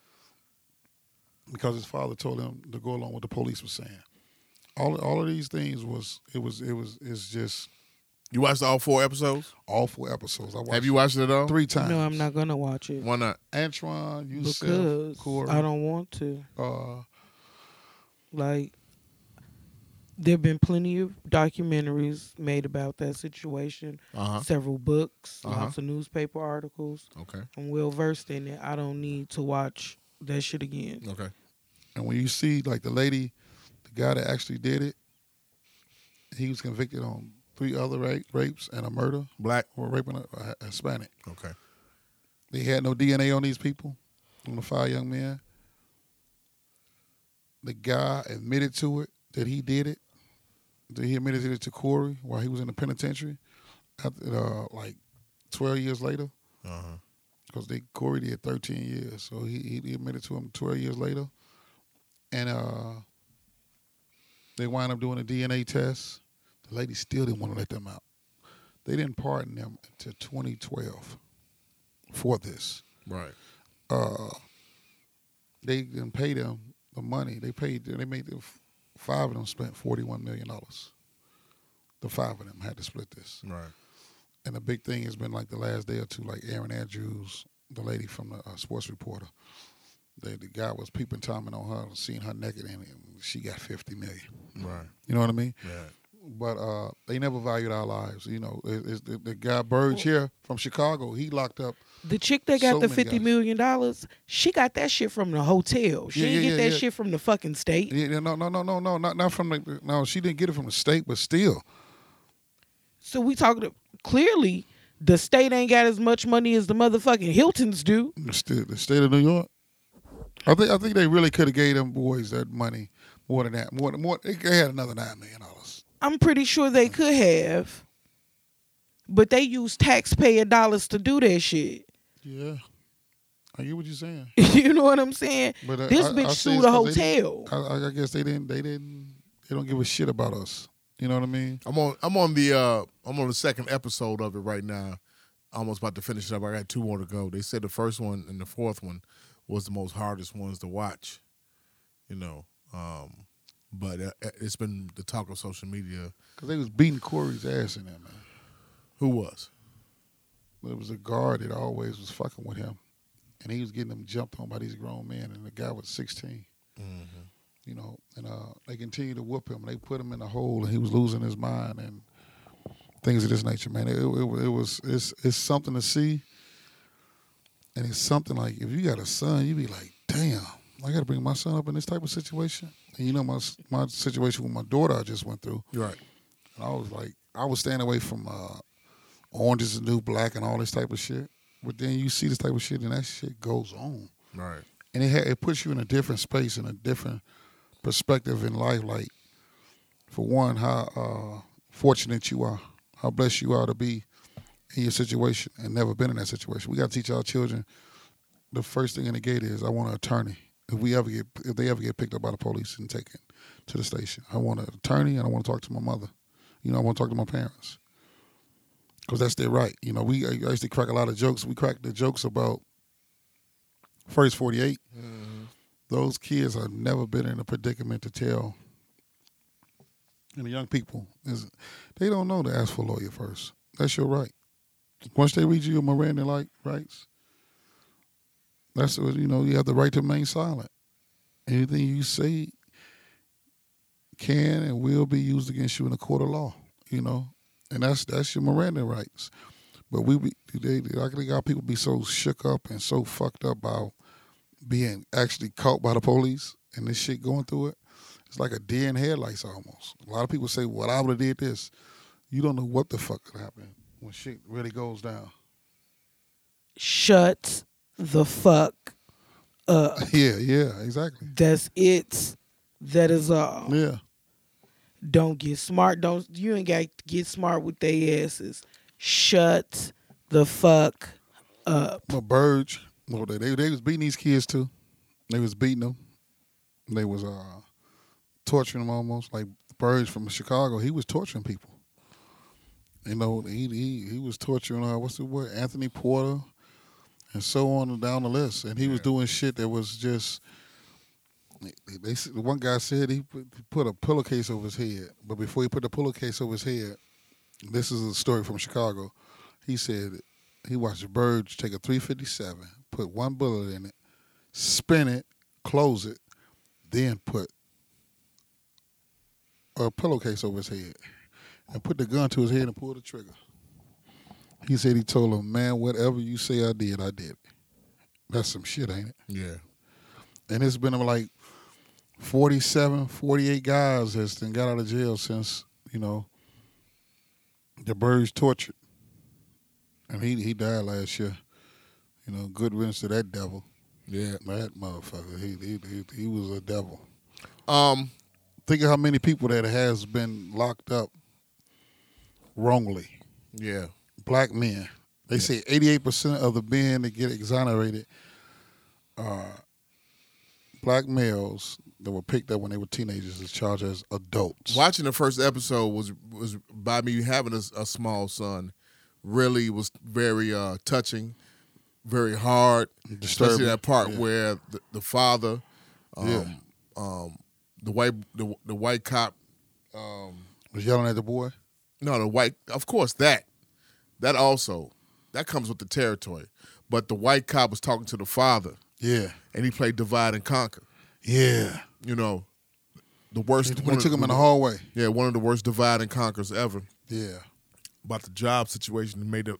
S5: because his father told him to go along with the police was saying. All all of these things was it was it was it's just
S6: You watched all four episodes?
S5: awful episodes. I watched
S6: Have you watched it at all?
S5: three times?
S7: No, I'm not gonna watch it
S6: Why not?
S5: Antron, Yusef,
S7: because
S5: Corey.
S7: I don't want to.
S5: Uh,
S7: Like, there've been plenty of documentaries made about that situation,
S6: Uh
S5: Uh-huh.
S6: huh.
S7: several books,
S6: Uh-huh.
S7: lots of newspaper articles.
S6: Okay.
S7: I'm well versed in it. I don't need to watch that shit again.
S6: Okay.
S5: And when you see like the lady, the guy that actually did it, he was convicted on three other rape, rapes and a murder,
S6: Black.
S5: or raping a, a Hispanic.
S6: Okay.
S5: They had no DNA on these people, on the five young men. The guy admitted to it that he did it. That he admitted it to Corey while he was in the penitentiary, after, uh, like twelve years later,
S6: Uh huh.
S5: because they Corey did thirteen years, so he, he admitted to him twelve years later, and uh, they wind up doing a DNA test. The lady still didn't want to let them out. They didn't pardon them until 2012 for this
S6: Right.
S5: uh, they didn't pay them the money. They paid. They made the f- five of them spent forty one million dollars. The five of them had to split this.
S6: Right.
S5: And the big thing has been like the last day or two, like Aaron Andrews, the lady from the uh, sports reporter. That the guy was peeping timing on her, seeing her naked, and she got fifty million.
S6: Right.
S5: You know what I mean?
S6: Yeah.
S5: But uh, they never valued our lives. You know, it, it's the, the guy Burge here from Chicago. He locked up
S7: The chick that got
S5: So
S7: the
S5: many
S7: fifty
S5: guys.
S7: million dollars, she got that shit from the hotel. She
S5: Yeah,
S7: didn't
S5: yeah,
S7: get
S5: yeah,
S7: that
S5: yeah.
S7: shit from the fucking state.
S5: Yeah, yeah, no, no, no, no, no, not not from the no. She didn't get it from the state, but still,
S7: So we talking clearly the state ain't got as much money as the motherfucking Hiltons do.
S5: the state, the state of New York. I think I think they really could have gave them boys that money more than that. More than more, they had another nine million dollars.
S7: I'm pretty sure they could have, but they used taxpayer dollars to do that shit.
S5: Yeah, I get what you're saying.
S7: you know what I'm saying?
S5: But uh,
S7: this
S5: I-
S7: bitch
S5: I see
S7: sued
S5: it's
S7: a
S5: 'cause they
S7: hotel.
S5: didn't- I, I guess they didn't. They didn't. They don't give a shit about us. You know what I mean?
S6: I'm on. I'm on the. Uh, I'm on the second episode of it right now. Almost about to finish it up. I got two more to go. They said the first one and the fourth one was the most hardest ones to watch. You know, um, but uh, it's been the talk of social media.
S5: Because they was beating Corey's ass in there, man.
S6: Who was?
S5: There was a guard that always was fucking with him, and he was getting them jumped on by these grown men, and the guy was 16. You know, and uh, they continued to whoop him. They put him in a hole, and he was losing his mind and things of this nature. Man, it, it, it was it's it's something to see, and it's something like if you got a son, you be like, damn, I got to bring my son up in this type of situation. And you know my my situation with my daughter I just went through.
S6: Right.
S5: And I was like, I was staying away from uh, Orange is the New Black and all this type of shit. But then you see this type of shit, and that shit goes on,
S6: Right.
S5: and it ha- it puts you in a different space and a different perspective in life. Like, for one, how uh, fortunate you are, how blessed you are to be in your situation and never been in that situation. We got to teach our children. The first thing in the gate is, I want an attorney. If we ever get, if they ever get picked up by the police and taken to the station, I want an attorney, and I want to talk to my mother. You know, I want to talk to my parents because that's their right. You know, we I used to crack a lot of jokes. We cracked the jokes about first 48 Those kids have never been in a predicament to tell. And the young people is they don't know to ask for a lawyer first. That's your right. Once they read you your Miranda like rights, that's what you know. You have the right to remain silent. Anything you say can and will be used against you in a court of law. You know, and that's that's your Miranda rights. But we be they they- I think our people be so shook up and so fucked up by being actually caught by the police and this shit going through it. It's like a deer in headlights almost. A lot of people say, "Well, I would have did this." You don't know what the fuck could happen when shit really goes down.
S7: Shut the fuck up.
S5: Yeah, yeah, exactly.
S7: That's it. That is all.
S5: Yeah,
S7: Don't get smart. Don't you ain't got to get smart with they asses. Shut the fuck up.
S5: but Burge, well, they, they they was beating these kids too. They was beating them. They was uh torturing them almost like Burge from Chicago. He was torturing people. You know, he he, he was torturing uh, what's the word Anthony Porter, and so on and down the list. And he was doing shit that was just. They, they said- one guy said he put, put a pillowcase over his head, but before he put the pillowcase over his head, this is a story from Chicago. He said he watched Burge take a 357, put one bullet in it, spin it, close it, then put a pillowcase over his head and put the gun to his head and pull the trigger. He said he told him, Man, whatever you say I did, I did it. That's some shit, ain't it?
S6: Yeah.
S5: And it's been like 47, 48 guys that's done got out of jail since, you know, the Burge tortured. And he he died last year. You know, good riddance to that devil.
S6: Yeah.
S5: That motherfucker, he he, he, he was a devil.
S6: Um.
S5: Think of how many people that has been locked up wrongly.
S6: Yeah.
S5: Black men. They say eighty-eight percent of the men that get exonerated are black males that were picked up when they were teenagers as charged as adults.
S6: Watching the first episode was was by me having a, s- a small son, really was very uh, touching, very hard. Especially
S5: Disturbing.
S6: that part
S5: Yeah.
S6: where the, the father, um,
S5: Yeah.
S6: um, the white the, the white cop, um,
S5: Was yelling at the boy.
S6: no the white of course that that also that comes with the territory, but the white cop was talking to the father
S5: Yeah,
S6: and he played divide and conquer.
S5: yeah.
S6: You know, the worst
S5: When
S6: one
S5: they
S6: of
S5: took him in the hallway.
S6: Yeah, one of the worst divide and conquers ever
S5: Yeah,
S6: about the job situation that made it,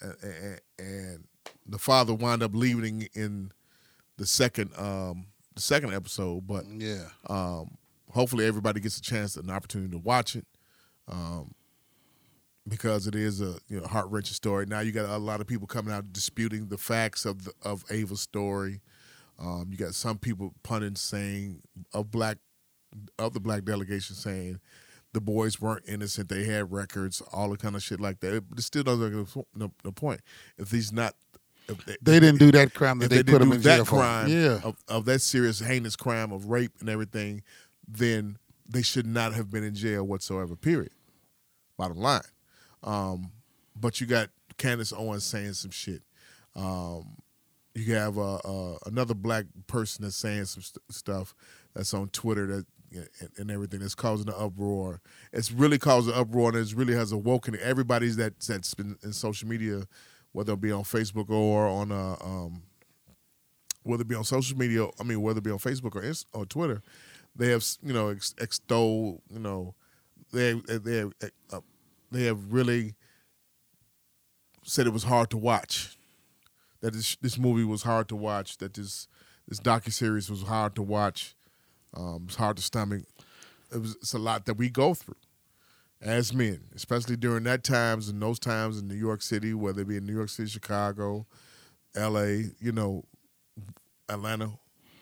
S6: a- a- a- and the father wound up leaving in the second um the second episode. But
S5: yeah.
S6: um, hopefully everybody gets a chance and an opportunity to watch it, um, because it is a you know heart wrenching story. Now you got a lot of people coming out disputing the facts of the, of Ava's story. Um, you got some people punning saying of black of the black delegation saying the boys weren't innocent. They had records, all the kind of shit like that. But it still doesn't make no- no, no point if these not if they,
S5: They didn't do that crime that
S6: if
S5: they,
S6: they,
S5: put
S6: didn't
S5: him
S6: do
S5: in jail
S6: that
S5: for.
S6: crime
S5: Yeah,
S6: of, of that serious heinous crime of rape and everything, then they should not have been in jail whatsoever. Period. Bottom line. Um, but you got Candace Owens saying some shit. Um, you have uh, uh, another black person that's saying some st- stuff that's on Twitter that and, and everything that's causing an uproar. It's really causing an uproar and it's really has awoken everybody's that that's been in social media, whether it be on Facebook or on uh, um, whether it be on social media, I mean, whether it be on Facebook or Inst- or Twitter, they have you know ex- extol you know they they have, uh, they have really said it was hard to watch, that this this movie was hard to watch, that this this docu series was hard to watch, um, it's hard to stomach. It was it's a lot that we go through as men, especially during that times and those times in New York City, whether it be in New York City, Chicago, L.A., you know, Atlanta,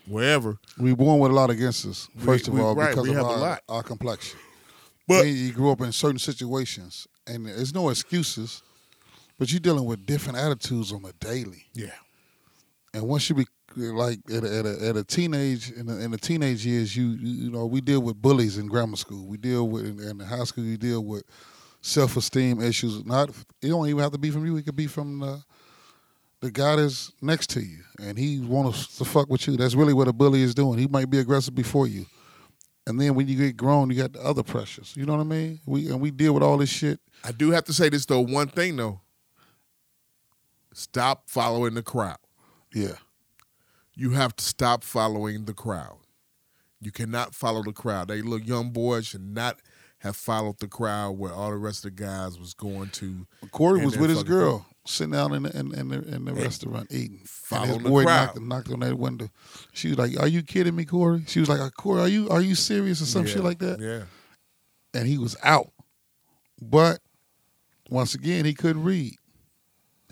S6: wherever.
S5: we born with a lot against us. First of
S6: we-
S5: all,
S6: right,
S5: because
S6: we
S5: of
S6: have a
S5: our,
S6: lot.
S5: our complexion.
S6: But-
S5: Then you grew up in certain situations, and there's no excuses. But you're dealing with different attitudes on a daily,
S6: Yeah.
S5: and once you be like at a, at a, at a teenage in, the in the teenage years, you you you know we deal with bullies in grammar school. We deal with in, in high school. You deal with self esteem issues. Not it don't even have to be from you. It could be from the the guy that's next to you, and he wants to fuck with you. That's really what a bully is doing. He might be aggressive before you, and then when you get grown, you got the other pressures. You know what I mean? We and we deal with all this shit.
S6: I do have to say this though. One thing though. Stop following the crowd.
S5: Yeah,
S6: You have to stop following the crowd. You cannot follow the crowd. That little young boy should not have followed the crowd where all the rest of the guys was going to.
S5: Corey
S6: And
S5: was
S6: that
S5: with his
S6: fucking-
S5: girl sitting down in the in, in the, in the restaurant eating. And his
S6: following the
S5: boy
S6: crowd.
S5: knocked, knocked on that window. She was like, "Are you kidding me, Corey?" She was like, "Corey, are you are you serious or some
S6: Yeah.
S5: shit like that?"
S6: Yeah.
S5: And he was out. But once again, he couldn't read.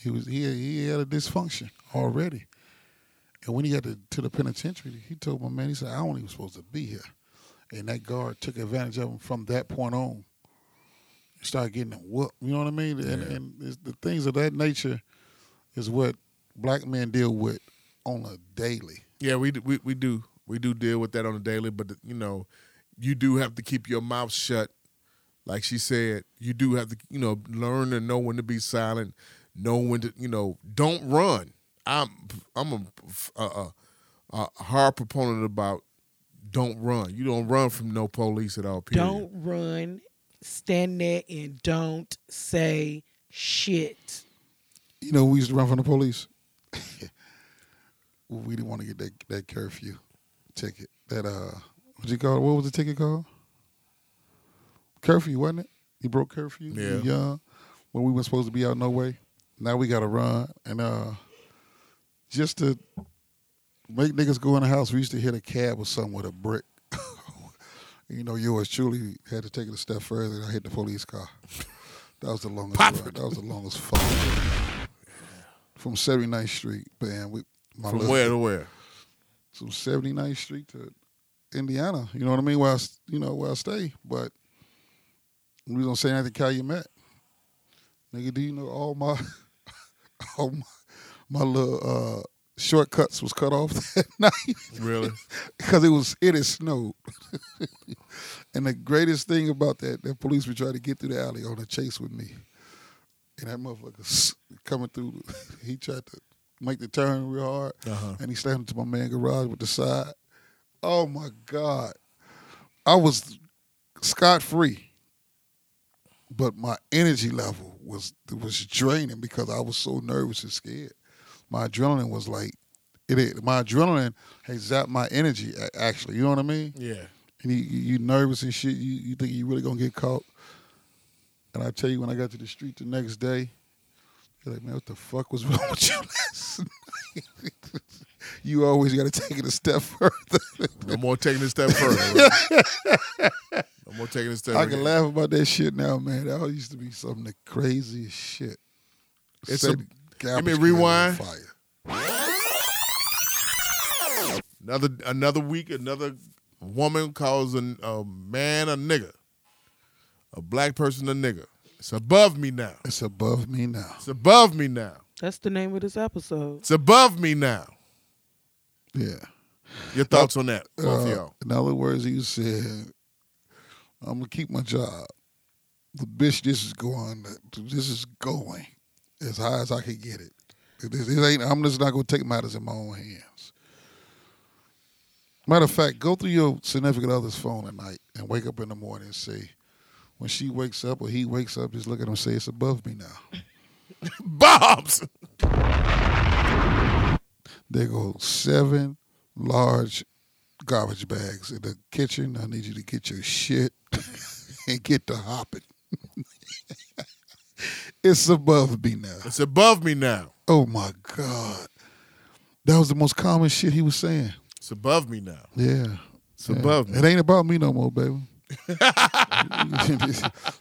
S5: He was he he had a dysfunction already. And when he got to, to the penitentiary, he told my man, he said, I wasn't even supposed to be here. And that guard took advantage of him from that point on. He started getting a whoop, you know what I mean? And, and it's, the things of that nature is what black men deal with on a daily.
S6: Yeah, we do- we we do we do deal with that on a daily, but you know, you do have to keep your mouth shut. Like she said, you do have to you know learn to know when to be silent, know when to you know don't run. I'm I'm a a, a, a hard proponent about don't run. You don't run from no police at all. Period.
S7: Don't run. Stand there and don't say shit.
S5: You know, we used to run from the police. we didn't want to get that, that curfew ticket. That uh, what you call it? What was the ticket called? Curfew, wasn't it? You broke curfew. you
S6: Yeah.
S5: Young, when we were supposed to be out no way. Now we got to run, and uh, just to make niggas go in the house, we used to hit a cab or something with a brick. you know, yours truly had to take it a step further, and I hit the police car. That was the longest.
S6: Pop
S5: run. That was the longest fuck from 79th Street, man. We, my
S6: From
S5: little-
S6: where to where?
S5: From 79th Street to Indiana. You know what I mean? Where I, s- you know where I stay, but we don't say anything Calumet. Nigga, do you know all my all my, my little uh, shortcuts was cut off that night
S6: Really?
S5: because it was it had snowed. and the greatest thing about that, the police would try to get through the alley on a chase with me, and that motherfucker s- coming through. He tried to make the turn real hard,
S6: Uh-huh.
S5: and he slammed into my man garage with the side. Oh my god, I was scot free, but my energy level was was draining because I was so nervous and scared. My adrenaline was like. It, it, my adrenaline has zapped my energy. a- Actually, you know what I mean
S6: yeah.
S5: and you, you you nervous and shit. You, you think you really gonna get caught. And I tell you, when I got to the street the next day, you're like, man, what the fuck was wrong with you last night? you always got to take it a step further.
S6: No more taking a step further. right? no more taking a step.
S5: I can laugh about that shit now, man. That all used to be some of the craziest shit.
S6: It's
S5: Set
S6: a-
S5: the
S6: let me
S5: garbage can on
S6: rewind.
S5: fire.
S6: Another another week, another woman calls a, a man a nigger, a black person a nigger. It's above me now.
S5: It's above me now.
S6: It's above me now.
S7: That's the name of this episode.
S6: It's above me now.
S5: Yeah.
S6: Your thoughts on that, both of
S5: Uh,
S6: y'all?
S5: In other words, he said, "I'm gonna keep my job. The bitch, this is going. This is going as high as I can get it. This, this ain't. I'm just not gonna take matters in my own hands. Matter of fact, go through your significant other's phone at night and wake up in the morning and say." When she wakes up or he wakes up, just look at him and say, It's above me now.
S6: Bobs.
S5: There go seven large garbage bags in the kitchen. I need you to get your shit and get to hopping. it's above me now.
S6: It's above me now.
S5: Oh my God. That was the most common shit he was saying.
S6: It's above me now.
S5: Yeah.
S6: It's above me.
S5: It ain't about me no more, baby.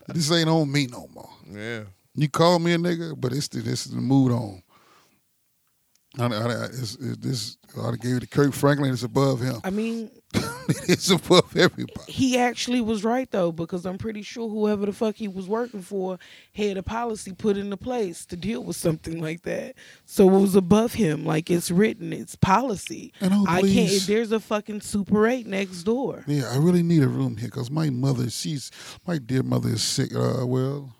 S5: this ain't on me no more.
S6: Yeah.
S5: You call me a nigga, but it's the, this is the mood on. I, I, I- it's, it's, this, I gave it to Kirk Franklin. It's above him.
S7: I mean,
S5: it's above everybody.
S7: he actually was right though, because I'm pretty sure whoever the fuck he was working for had a policy put into place to deal with something like that. So it was above him, like it's written, it's policy.
S5: And oh,
S7: I
S5: please.
S7: can't. There's a fucking Super Eight next door.
S5: Yeah, I really need a room here because my mother, she's my dear mother is sick. Uh, well,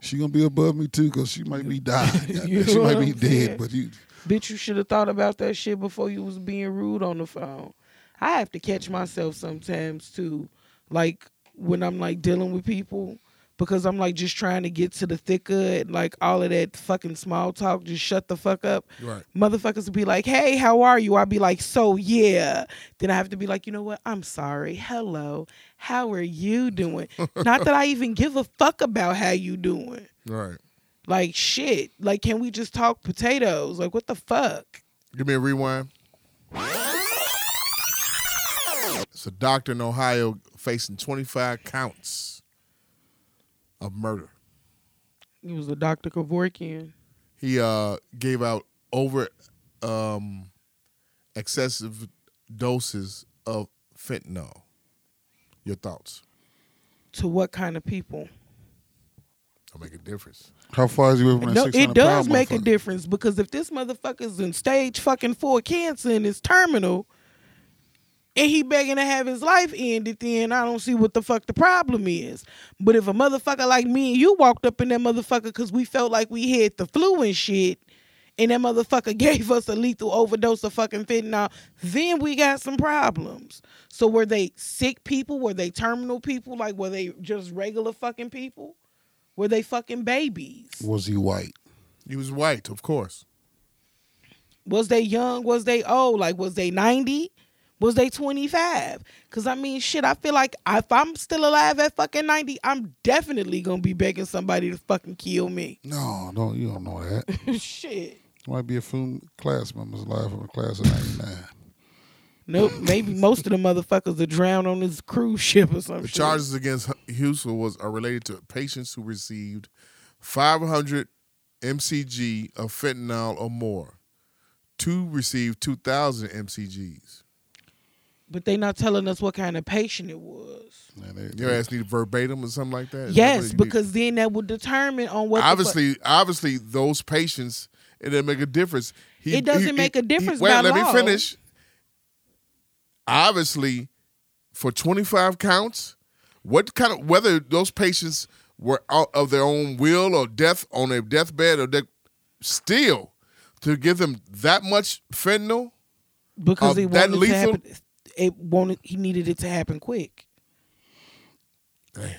S5: she gonna be above me too because she might be dying.
S7: You
S5: she
S7: know
S5: might
S7: what
S5: be
S7: I'm
S5: dead,
S7: saying?
S5: but you.
S7: Bitch, you should have thought about that shit before you was being rude on the phone. I have to catch myself sometimes too, like when I'm like dealing with people because I'm like just trying to get to the thick of it, like all of that fucking small talk. Just shut the fuck up.
S6: Right.
S7: Motherfuckers would be like, "Hey, how are you?" I'd be like, "So yeah." Then I have to be like, "You know what? I'm sorry. Hello. How are you doing?" Not that I even give a fuck about how you doing.
S6: Right.
S7: Like shit. Like can we just talk potatoes? Like what the fuck?
S6: Give me a rewind. It's a doctor in Ohio facing 25 counts of murder.
S7: He was a Dr. Kevorkian.
S6: He uh, gave out over um, excessive doses of fentanyl. Your thoughts?
S7: To what kind of people?
S6: Don't make a difference.
S5: How far is he away from that
S7: No,
S5: 600
S7: it does
S5: pound
S7: make a
S5: motherfucker?
S7: difference because if this motherfucker's in stage fucking four cancer and it's terminal, and he begging to have his life ended, then I don't see what the fuck the problem is. But if a motherfucker like me and you walked up in that motherfucker because we felt like we had the flu and shit, and that motherfucker gave us a lethal overdose of fucking fentanyl, then we got some problems. So were they sick people? Were they terminal people? Like were they just regular fucking people? Were they fucking babies?
S5: Was he white?
S6: He was white, of course.
S7: Was they young? Was they old? Like, was they 90? Was they 25? Because, I mean, shit, I feel like if I'm still alive at fucking 90, I'm definitely going to be begging somebody to fucking kill me.
S5: No, don't you don't know that.
S7: shit.
S5: Might be a few class members alive from the class of '99.
S7: Nope. Maybe most of the motherfuckers are drowned on this cruise ship or some
S6: The
S7: shit.
S6: charges against Hu- Houston was are related to patients who received 500 mcg of fentanyl or more. Two received 2,000 mcgs.
S7: But they not telling us what kind of patient it was.
S5: Man, they-
S6: Your ass need verbatim or something like that. Is that what
S7: Yes,
S6: you need?
S7: because then that would determine on what the fuck-
S6: obviously, obviously, those patients it doesn't make a difference. He-
S7: It doesn't
S6: he-
S7: make a
S6: he-
S7: difference
S6: Wait,
S7: by
S6: let
S7: law.
S6: me finish. Obviously, for twenty five counts, what kind of whether those patients were out of their own will or death on their deathbed or they still to give them that much fentanyl.
S7: because
S6: uh,
S7: it
S6: that
S7: wanted to
S6: lethal-
S7: happen. It wanted he needed it to happen quick.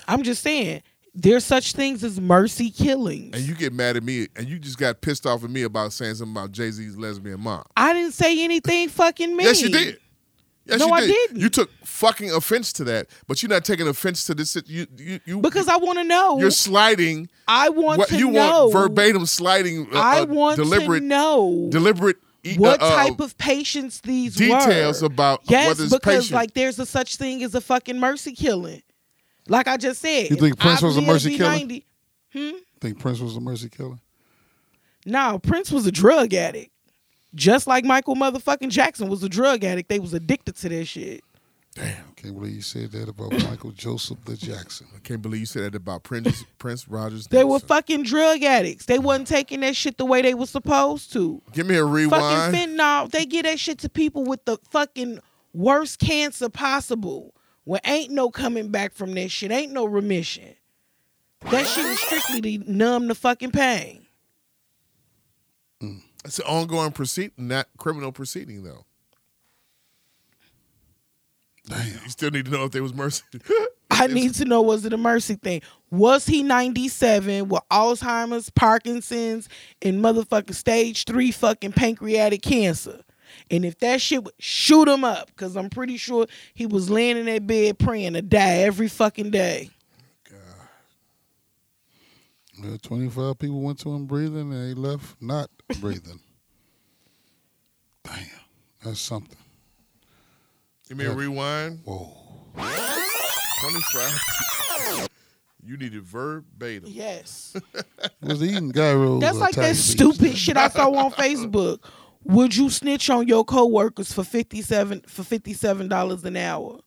S7: I'm just saying, there's such things as mercy killings.
S6: And you get mad at me, and you just got pissed off at me about saying something about Jay Z's lesbian mom.
S7: I didn't say anything fucking mean.
S6: Yes, you did. Yes,
S7: No,
S6: you
S7: I
S6: did.
S7: didn't.
S6: You took fucking offense to that, but you're not taking offense to this. sit- You, you, you
S7: Because I want to know.
S6: you're sliding.
S7: I want
S6: What
S7: to
S6: you
S7: know.
S6: want verbatim sliding? Uh,
S7: I
S6: uh,
S7: want
S6: deliberate,
S7: to know
S6: deliberate. e-
S7: what
S6: uh, uh,
S7: type of patients these
S6: details
S7: were.
S6: about
S7: yes,
S6: whether it's
S7: because
S6: patient.
S7: like there's a such thing as a fucking mercy killing. Like I just said,
S5: You think
S7: if
S5: Prince
S7: I
S5: was a
S7: live
S5: mercy
S7: to be
S5: killer?
S7: 90
S5: Think Prince was a mercy killer?
S7: No, Prince was a drug addict. Just like Michael motherfucking Jackson was a drug addict. They was addicted to that shit.
S5: Can't believe you said that about Michael Joseph the Jackson.
S6: I can't believe you said that about Prince Prince Rogers.
S7: They were
S6: Nelson.
S7: fucking drug addicts. They wasn't taking that shit the way they was supposed to.
S6: Give me a rewind.
S7: Fucking fentanyl. They give that shit to people with the fucking worst cancer possible. Where ain't no coming back from that shit. Ain't no remission. That shit was strictly to numb the fucking pain.
S6: it's an ongoing proceed, not criminal proceeding though.
S5: Damn.
S6: You still need to know if there was mercy.
S7: I need to know was it a mercy thing? Was he 97 with Alzheimer's, Parkinson's, and motherfucking stage three fucking pancreatic cancer? And if that shit would shoot him up, because I'm pretty sure he was laying in that bed praying to die every fucking day.
S5: Well, 25 people went to him breathing and they left not breathing. Damn. That's something.
S6: Give me a rewind.
S5: Whoa.
S6: 25. You need it verbatim.
S7: Yes.
S5: Was he eating gyros?
S7: That's
S5: or
S7: like
S5: Thai
S7: that
S5: beef?
S7: stupid shit I saw on Facebook. Would you snitch on your coworkers for fifty seven for fifty seven dollars an hour?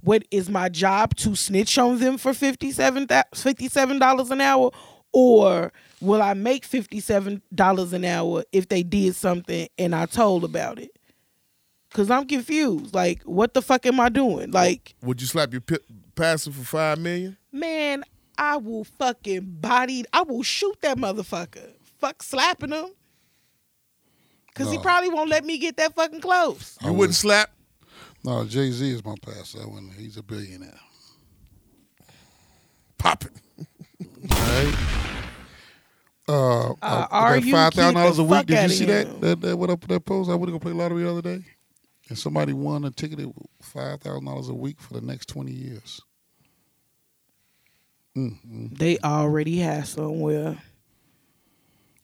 S7: What is my job to snitch on them for fifty seven dollars an hour, or will I make fifty seven dollars an hour if they did something and I told about it? Cause I'm confused. Like, what the fuck am I doing? Like,
S6: Would you slap your pi- pastor for five million?
S7: man, I will fucking body. I will shoot that motherfucker. Fuck slapping him. Cause he
S5: No.
S7: probably won't let me get that fucking close.
S6: You wouldn't slap.
S5: No, Jay Z is my pastor. I wouldn't- He's a billionaire.
S6: Pop it.
S5: Uh,
S7: Uh,
S5: I-
S7: are
S5: that
S7: you
S5: five thousand dollars
S7: keep
S5: a
S7: the
S5: week? Did
S7: fuck
S5: you see
S7: outta
S5: that?
S7: him?
S5: That that went up that post. I went to go play lottery the other day, and somebody won a ticket at five thousand dollars a week for the next twenty years. Mm-mm.
S7: They already have somewhere.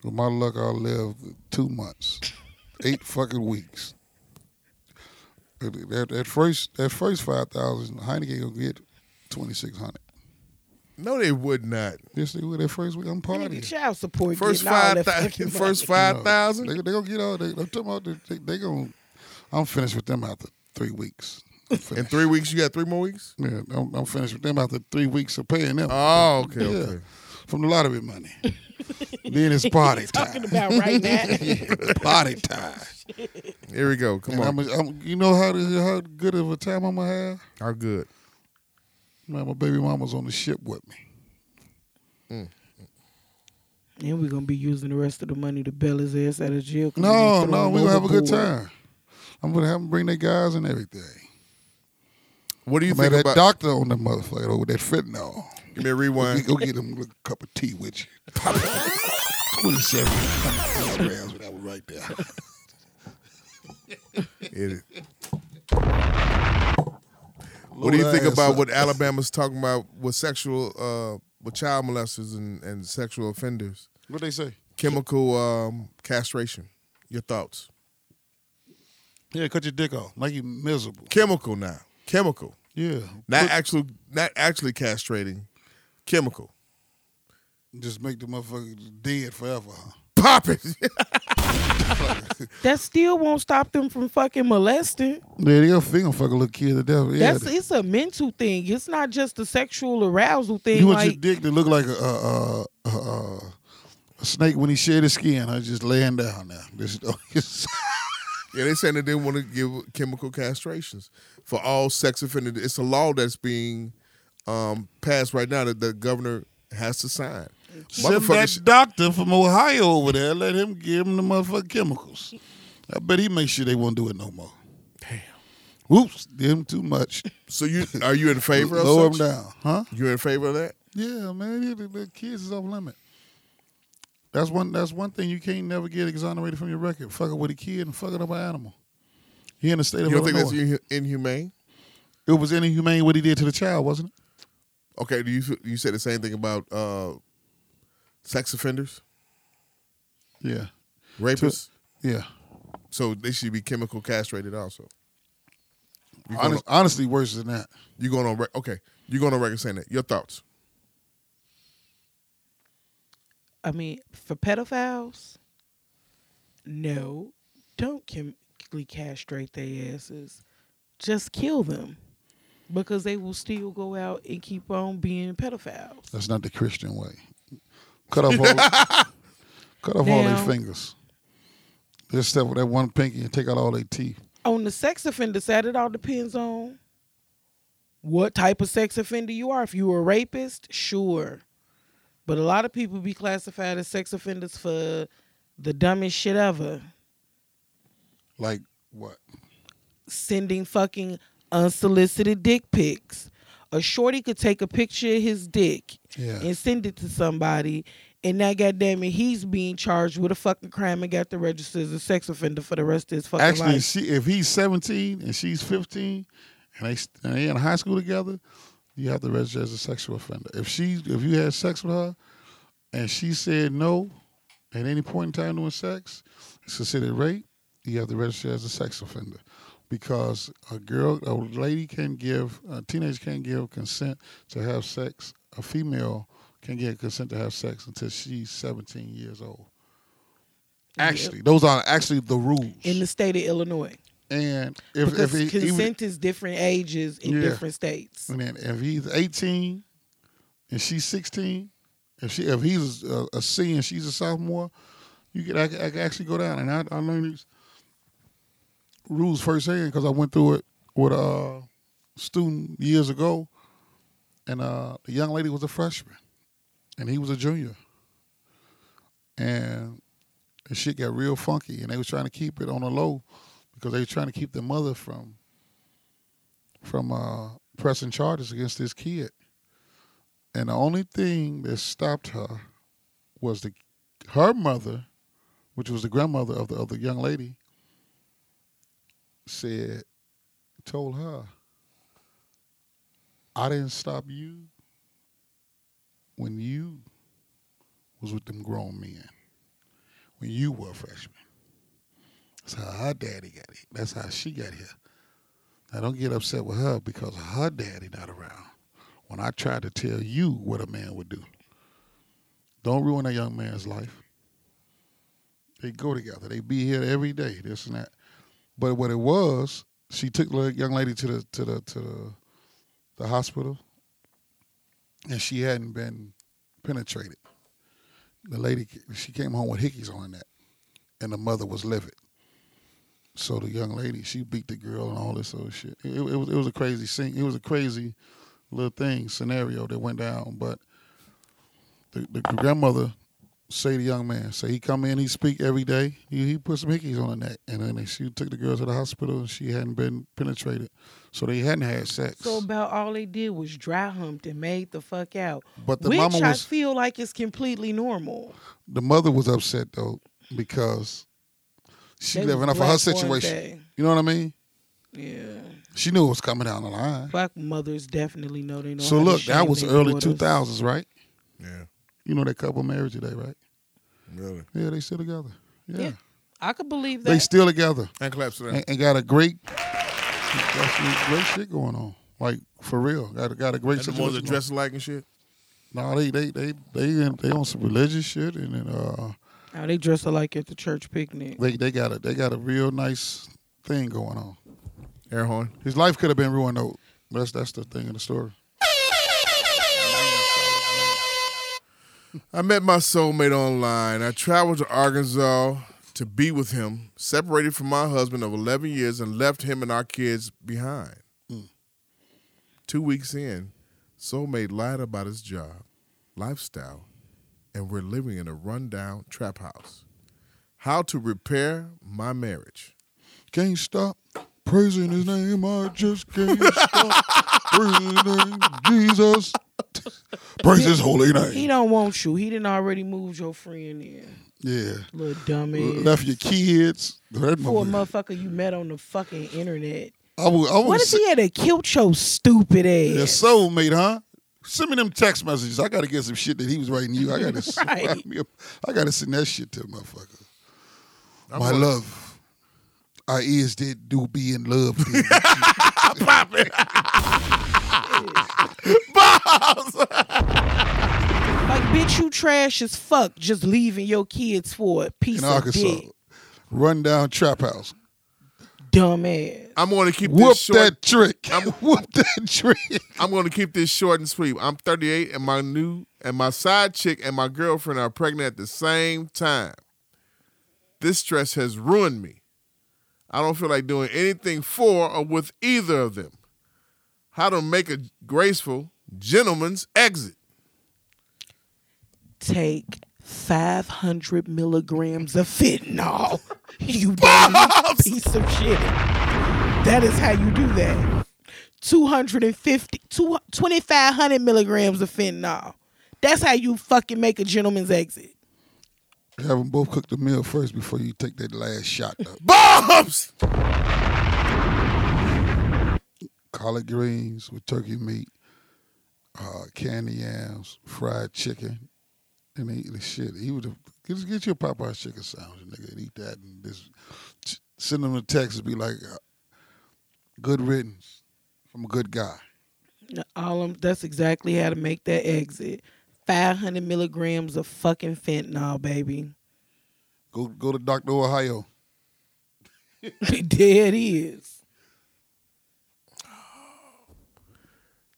S5: With my luck, I'll live two months, eight fucking weeks. At, at- at first, at first five thousand, Heineken gonna get twenty six hundred.
S6: No, they would not.
S5: This nigga with that first week, I'm
S7: Nigga,
S5: partying.
S7: child support.
S6: First
S7: getting all
S6: five
S7: that
S6: thousand.
S7: fucking
S6: First
S7: money.
S6: five thousand.
S5: They, they gonna get all. They, I'm talking about. They, they, they gonna. I'm finished with them after three weeks. I'm
S6: In
S5: finished.
S6: three weeks, you got three more weeks.
S5: yeah, I'm, I'm finished with them after three weeks of paying them
S6: Oh, okay,
S5: Yeah.
S6: okay.
S5: from the lottery money. then it's party
S7: Talking
S5: time.
S7: about right now.
S5: party time.
S6: Here we go. Come
S5: And I'm,
S6: on.
S5: I'm, you know how this- how good of a time I'm gonna have.
S6: How good?
S5: Man, my baby mama's on the ship with me.
S7: And we're gonna be using the rest of the money to bail his ass out of jail. 'cause he
S5: No,
S7: been
S5: no,
S7: thrown
S5: we gonna have a good
S7: overboard.
S5: time. I'm gonna have them bring their guys and everything.
S6: What do you
S5: Man,
S6: think
S5: that
S6: about?
S5: doctor on that motherfucker over that fentanyl.
S6: Give me a
S5: We
S6: rewind.
S5: go get him a little cup of tea with you. Twenty-seven grams when I was right there.
S6: Hit it. What do you think
S5: Load her
S6: about
S5: ass
S6: what
S5: up.
S6: Alabama's talking about with sexual, uh, with child molesters and, and sexual offenders?
S5: What they say?
S6: Chemical um, castration. Your thoughts?
S5: Yeah, cut your dick off. Make you miserable.
S6: Chemical now. Chemical.
S5: Yeah,
S6: Not
S5: Put-
S6: actually. Not actually castrating. Chemical.
S5: just make the motherfucker dead forever. Huh?
S6: Pop it.
S7: That still won't stop them from fucking molesting.
S5: Yeah, they gonna they gonna fuck a little kid to death. Yeah,
S7: That's
S5: they-
S7: it's a mental thing. It's not just a sexual arousal thing.
S5: You want
S7: like
S5: your dick to look like a, a, a, a, a snake when he shed his skin. I just laying down now. This is
S6: Yeah, they saying that they want to give chemical castrations for all sex offenders. It's a law that's being um, passed right now that the governor has to sign.
S5: Send
S6: Motherfucker
S5: that
S6: sh-
S5: doctor from Ohio over there. Let him give him the motherfucking chemicals. I bet he makes sure they won't do it no more. Damn. Whoops, did him too much.
S6: So you are you in favor of
S5: Lower him
S6: such?
S5: down, huh?
S6: You in favor of that?
S5: Yeah, man. Yeah, the, the kids is off limit. That's one. That's one thing you can't never get exonerated from your record. Fucking with a kid and fucking up an animal. He in the state of
S6: You don't think
S5: Illinois.
S6: that's inhu- inhumane?
S5: It was inhumane what he did to the child, wasn't it?
S6: Okay, do you f- you said the same thing about uh, sex offenders,
S5: Yeah.
S6: rapists?
S5: Yeah.
S6: so they should be chemical castrated also. You going,
S5: Honest, honestly, worse than that.
S6: on, you going on rec- okay? You going on record saying that? Your thoughts?
S7: I mean, for pedophiles, no, don't chemically castrate their asses. Just kill them because they will still go out and keep on being pedophiles.
S5: That's not the Christian way. Cut off all, cut off all their
S7: Now-
S5: fingers. Just step with that one pinky and take out all their teeth.
S7: on the sex offender side, it all depends on what type of sex offender you are. If you were a rapist, sure. But a lot of people be classified as sex offenders for the dumbest shit ever.
S5: Like what?
S7: Sending fucking unsolicited dick pics. A shorty could take a picture of his dick
S5: Yeah.
S7: and send it to somebody, and now goddamn it, he's being charged with a fucking crime and got to register as a sex offender for the rest of his fucking
S5: Actually,
S7: life.
S5: she, if he's 17 and she's 15 and they, st- and they in high school together, you have to register as a sexual offender. If she, if you had sex with her and she said no at any point in time during sex, it's considered rape. You have to register as a sex offender because a girl, a lady can give, a teenager can't give consent to have sex. A female can get consent to have sex until she's 17 years old. Actually, those are actually the rules.
S7: in the state of Illinois.
S5: And if if
S7: because
S5: he, even,
S7: consent is different ages in
S5: Yeah. Mm.
S7: different states.
S5: and then if he's eighteen and she's sixteen, if she if he's a, a senior and she's a sophomore, you could I, could- I could actually go down and I, I learned these rules firsthand because I went through it with a student years ago, and uh, the young lady was a freshman, and he was a junior, and the shit got real funky, and they was trying to keep it on the low because they were trying to keep the mother from from uh, pressing charges against this kid. And the only thing that stopped her was the her mother, which was the grandmother of the other young lady, said, told her, I didn't stop you when you was with them grown men, when you were a freshman. That's how her daddy got it. That's how she got here. Now don't get upset with her because her daddy not around. when I tried to tell you what a man would do. Don't ruin a young man's life. They go together. They be here every day. This and that. But what it was, she took the young lady to the to the to the, the hospital, and she hadn't been penetrated. The lady she came home with hickeys on her neck, and the mother was livid. So the young lady she beat the girl and all this other shit. It, it was it was a crazy scene. It was a crazy little thing scenario that went down. But the, the grandmother say the young man say he come in he speak every day he, he put some hickeys on her neck and then she took the girl to the hospital and she hadn't been penetrated so they hadn't had sex
S7: So about all they did was dry humped and made the fuck out.
S5: But the
S7: which
S5: mama
S7: I
S5: was-
S7: feel like is completely normal.
S5: the mother was upset though because she
S7: They
S5: living
S7: was
S5: up for her
S7: black one
S5: situation
S7: day.
S5: you know what i mean
S7: Yeah.
S5: she knew it was coming down the line
S7: Black mothers definitely know they know.
S5: so
S7: how to
S5: look that
S7: shame
S5: was
S7: their
S5: early
S7: daughters.
S5: 2000s right
S6: Yeah,
S5: you know that couple married today right
S6: really.
S5: yeah they still together yeah,
S7: Yeah, I could believe that.
S5: they still together
S6: And claps for that.
S5: and, and got a great got some great shit going on like for real got, a- got a great
S6: And the ones that
S5: situation going
S6: dress alike and shit.
S5: No, they they they they in- they on some religious shit, and then uh,
S7: Now they dress alike at the church picnic.
S5: they they got a they got a real nice thing going on.
S6: Air horn.
S5: His life could have been ruined though. But that's that's the thing in the story.
S6: I met my soulmate online. I traveled to Arkansas to be with him, separated from my husband of 11 years, and left him and our kids behind.
S5: Mm.
S6: Two weeks in, soulmate lied about his job, lifestyle, and we're living in a rundown trap house. How to repair my marriage?
S5: Can't stop praising his name. I just can't stop praising his name. Jesus, praise his holy
S7: He
S5: name.
S7: don't want you. He didn't already move your friend in.
S5: Yeah,
S7: Little dumbass.
S5: left your kids. That
S7: For a
S5: mother-
S7: motherfucker you met on the fucking internet.
S5: I would, I would
S7: What if
S5: say-
S7: he had a killed your stupid ass?
S5: Your soulmate, huh? Send me them text messages. I gotta get some shit that he was writing you. I gotta,
S7: Right.
S5: I mean, I gotta send that shit to the motherfucker.
S6: I'm
S5: My
S6: gonna-
S5: love, I is did do be in love. with you.
S7: Like, bitch, you trash as fuck just leaving your kids for a piece
S5: in
S7: of
S5: Arkansas,
S7: dick.
S5: run down trap house.
S7: Dumbass.
S6: I'm going to keep
S5: Whoop
S6: this short.
S5: that trick. Whoop that trick.
S6: I'm going to keep this short and sweet. I'm 38, and my new and my side chick and my girlfriend are pregnant at the same time. This stress has ruined me. I don't feel like doing anything for or with either of them. How to make a graceful gentleman's exit?
S7: Take 500 milligrams of fentanyl. You dumb piece of shit. That is how you do that. 250, two- 2,500 milligrams of fentanyl. That's how you fucking make a gentleman's exit.
S5: Have them both cook the meal first before you take that last shot. Though.
S6: Bombs!
S5: collard greens with turkey meat, uh, candy yams, fried chicken, and they eat the shit. He would have get, get your Popeye's chicken sandwich, nigga, and eat that and just ch- send them a text and be like, uh, "Good riddance from a good guy."
S7: All them, that's exactly how to make that exit. 500 milligrams of fucking fentanyl, baby.
S5: Go go to Doctor Ohio.
S7: there it is.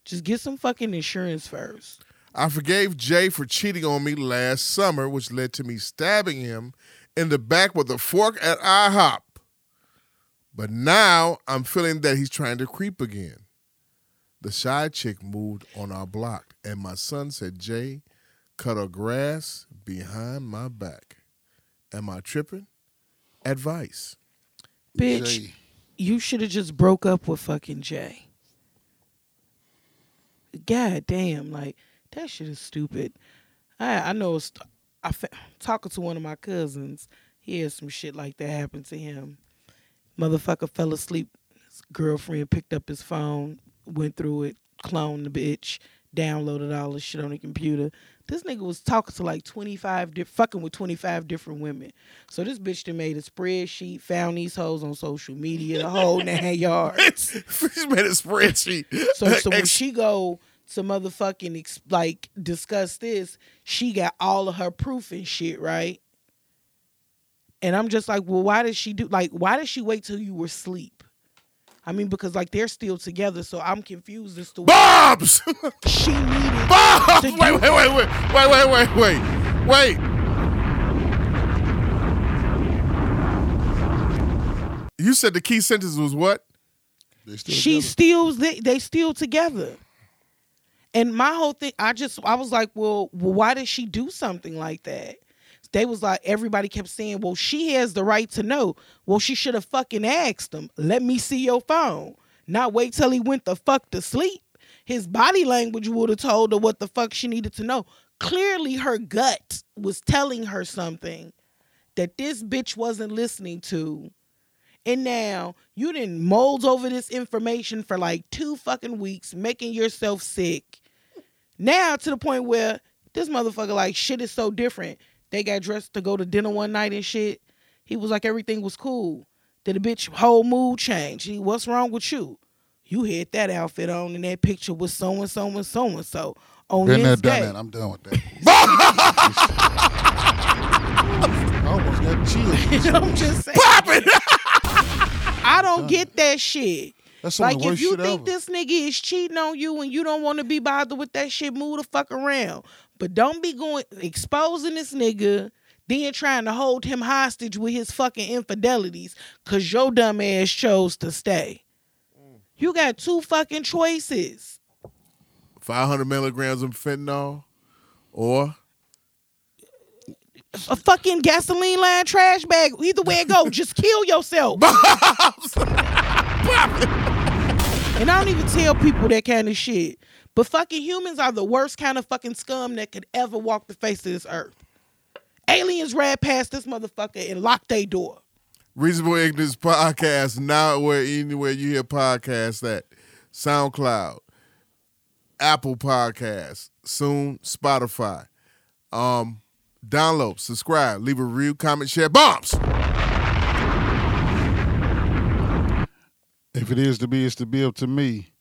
S7: Just get some fucking insurance first.
S6: I forgave Jay for cheating on me last summer, which led to me stabbing him in the back with a fork at IHOP. But now I'm feeling that he's trying to creep again. The shy chick moved on our block, and my son said, Jay, cut her grass behind my back. Am I tripping? Advice.
S7: Bitch,
S5: Jay.
S7: you should have just broke up with fucking Jay. God damn, like that shit is stupid. I I know it's I fa- talking to one of my cousins. He had some shit like that happen to him. Motherfucker fell asleep. His girlfriend picked up his phone, went through it, cloned the bitch, downloaded all the shit on the computer. This nigga was talking to like 25, di- fucking with 25 different women. So this bitch done made a spreadsheet, found these hoes on social media, the whole nine yards.
S6: she made a spreadsheet.
S7: So, so when
S6: Ex-
S7: she go to motherfucking ex- like discuss this, she got all of her proof and shit, right? And I'm just like, well, why did she do like why did she wait till you were asleep? I mean, because like they're still together, so I'm confused as to why
S6: Bobs!
S7: she needed
S6: Bobs!
S7: To
S6: Wait, wait, wait, wait, wait, wait, wait, wait, wait. You said the key sentence was what?
S5: They still
S7: she
S5: together.
S7: still they, they still together and my whole thing i just i was like well, well why did she do something like that they was like everybody kept saying well she has the right to know well she should have fucking asked him let me see your phone not wait till he went the fuck to sleep his body language would have told her what the fuck she needed to know clearly her gut was telling her something that this bitch wasn't listening to and now you didn't mold over this information for like two fucking weeks, making yourself sick. Now to the point where this motherfucker like shit is so different. They got dressed to go to dinner one night and shit. He was like everything was cool. Did the bitch whole mood change? He, what's wrong with you? You had that outfit on in that picture with so and so and so and so on
S5: Been there,
S7: this
S5: done
S7: day.
S5: that. I'm done with that. I almost got chills.
S7: I'm just saying. I don't get that shit.
S5: That's some of
S7: Like
S5: the
S7: if
S5: worst
S7: you
S5: shit
S7: think
S5: ever.
S7: this nigga is cheating on you and you don't want to be bothered with that shit, move the fuck around. But don't be going exposing this nigga, then trying to hold him hostage with his fucking infidelities, cause your dumb ass chose to stay.
S5: Mm.
S7: You got two fucking choices.
S6: 500 milligrams of fentanyl or
S7: A fucking gasoline line trash bag. Either way it go, just kill yourself. And I don't even tell people that kind of shit. But fucking humans are the worst kind of fucking scum that could ever walk the face of this earth. Aliens ran past this motherfucker and locked their door.
S6: Reasonable Ignorance Podcast, now where anywhere you hear podcasts at. SoundCloud, Apple Podcasts, soon Spotify. Um, download, subscribe, leave a review, comment, share, bombs.
S5: If it is to be, it's to be up to me.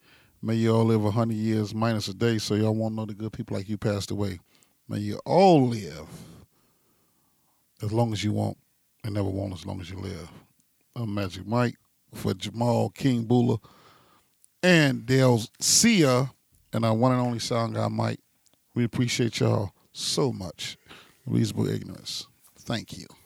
S5: May you all live a hundred years minus a day, so y'all won't know the good people like you passed away. May you all live as long as you want, and never want as long as you live. I'm Magic Mike for Jamal King Bula and Dale Sia, and our one and only sound guy Mike. We appreciate y'all so much. Reasonable ignorance. Thank you.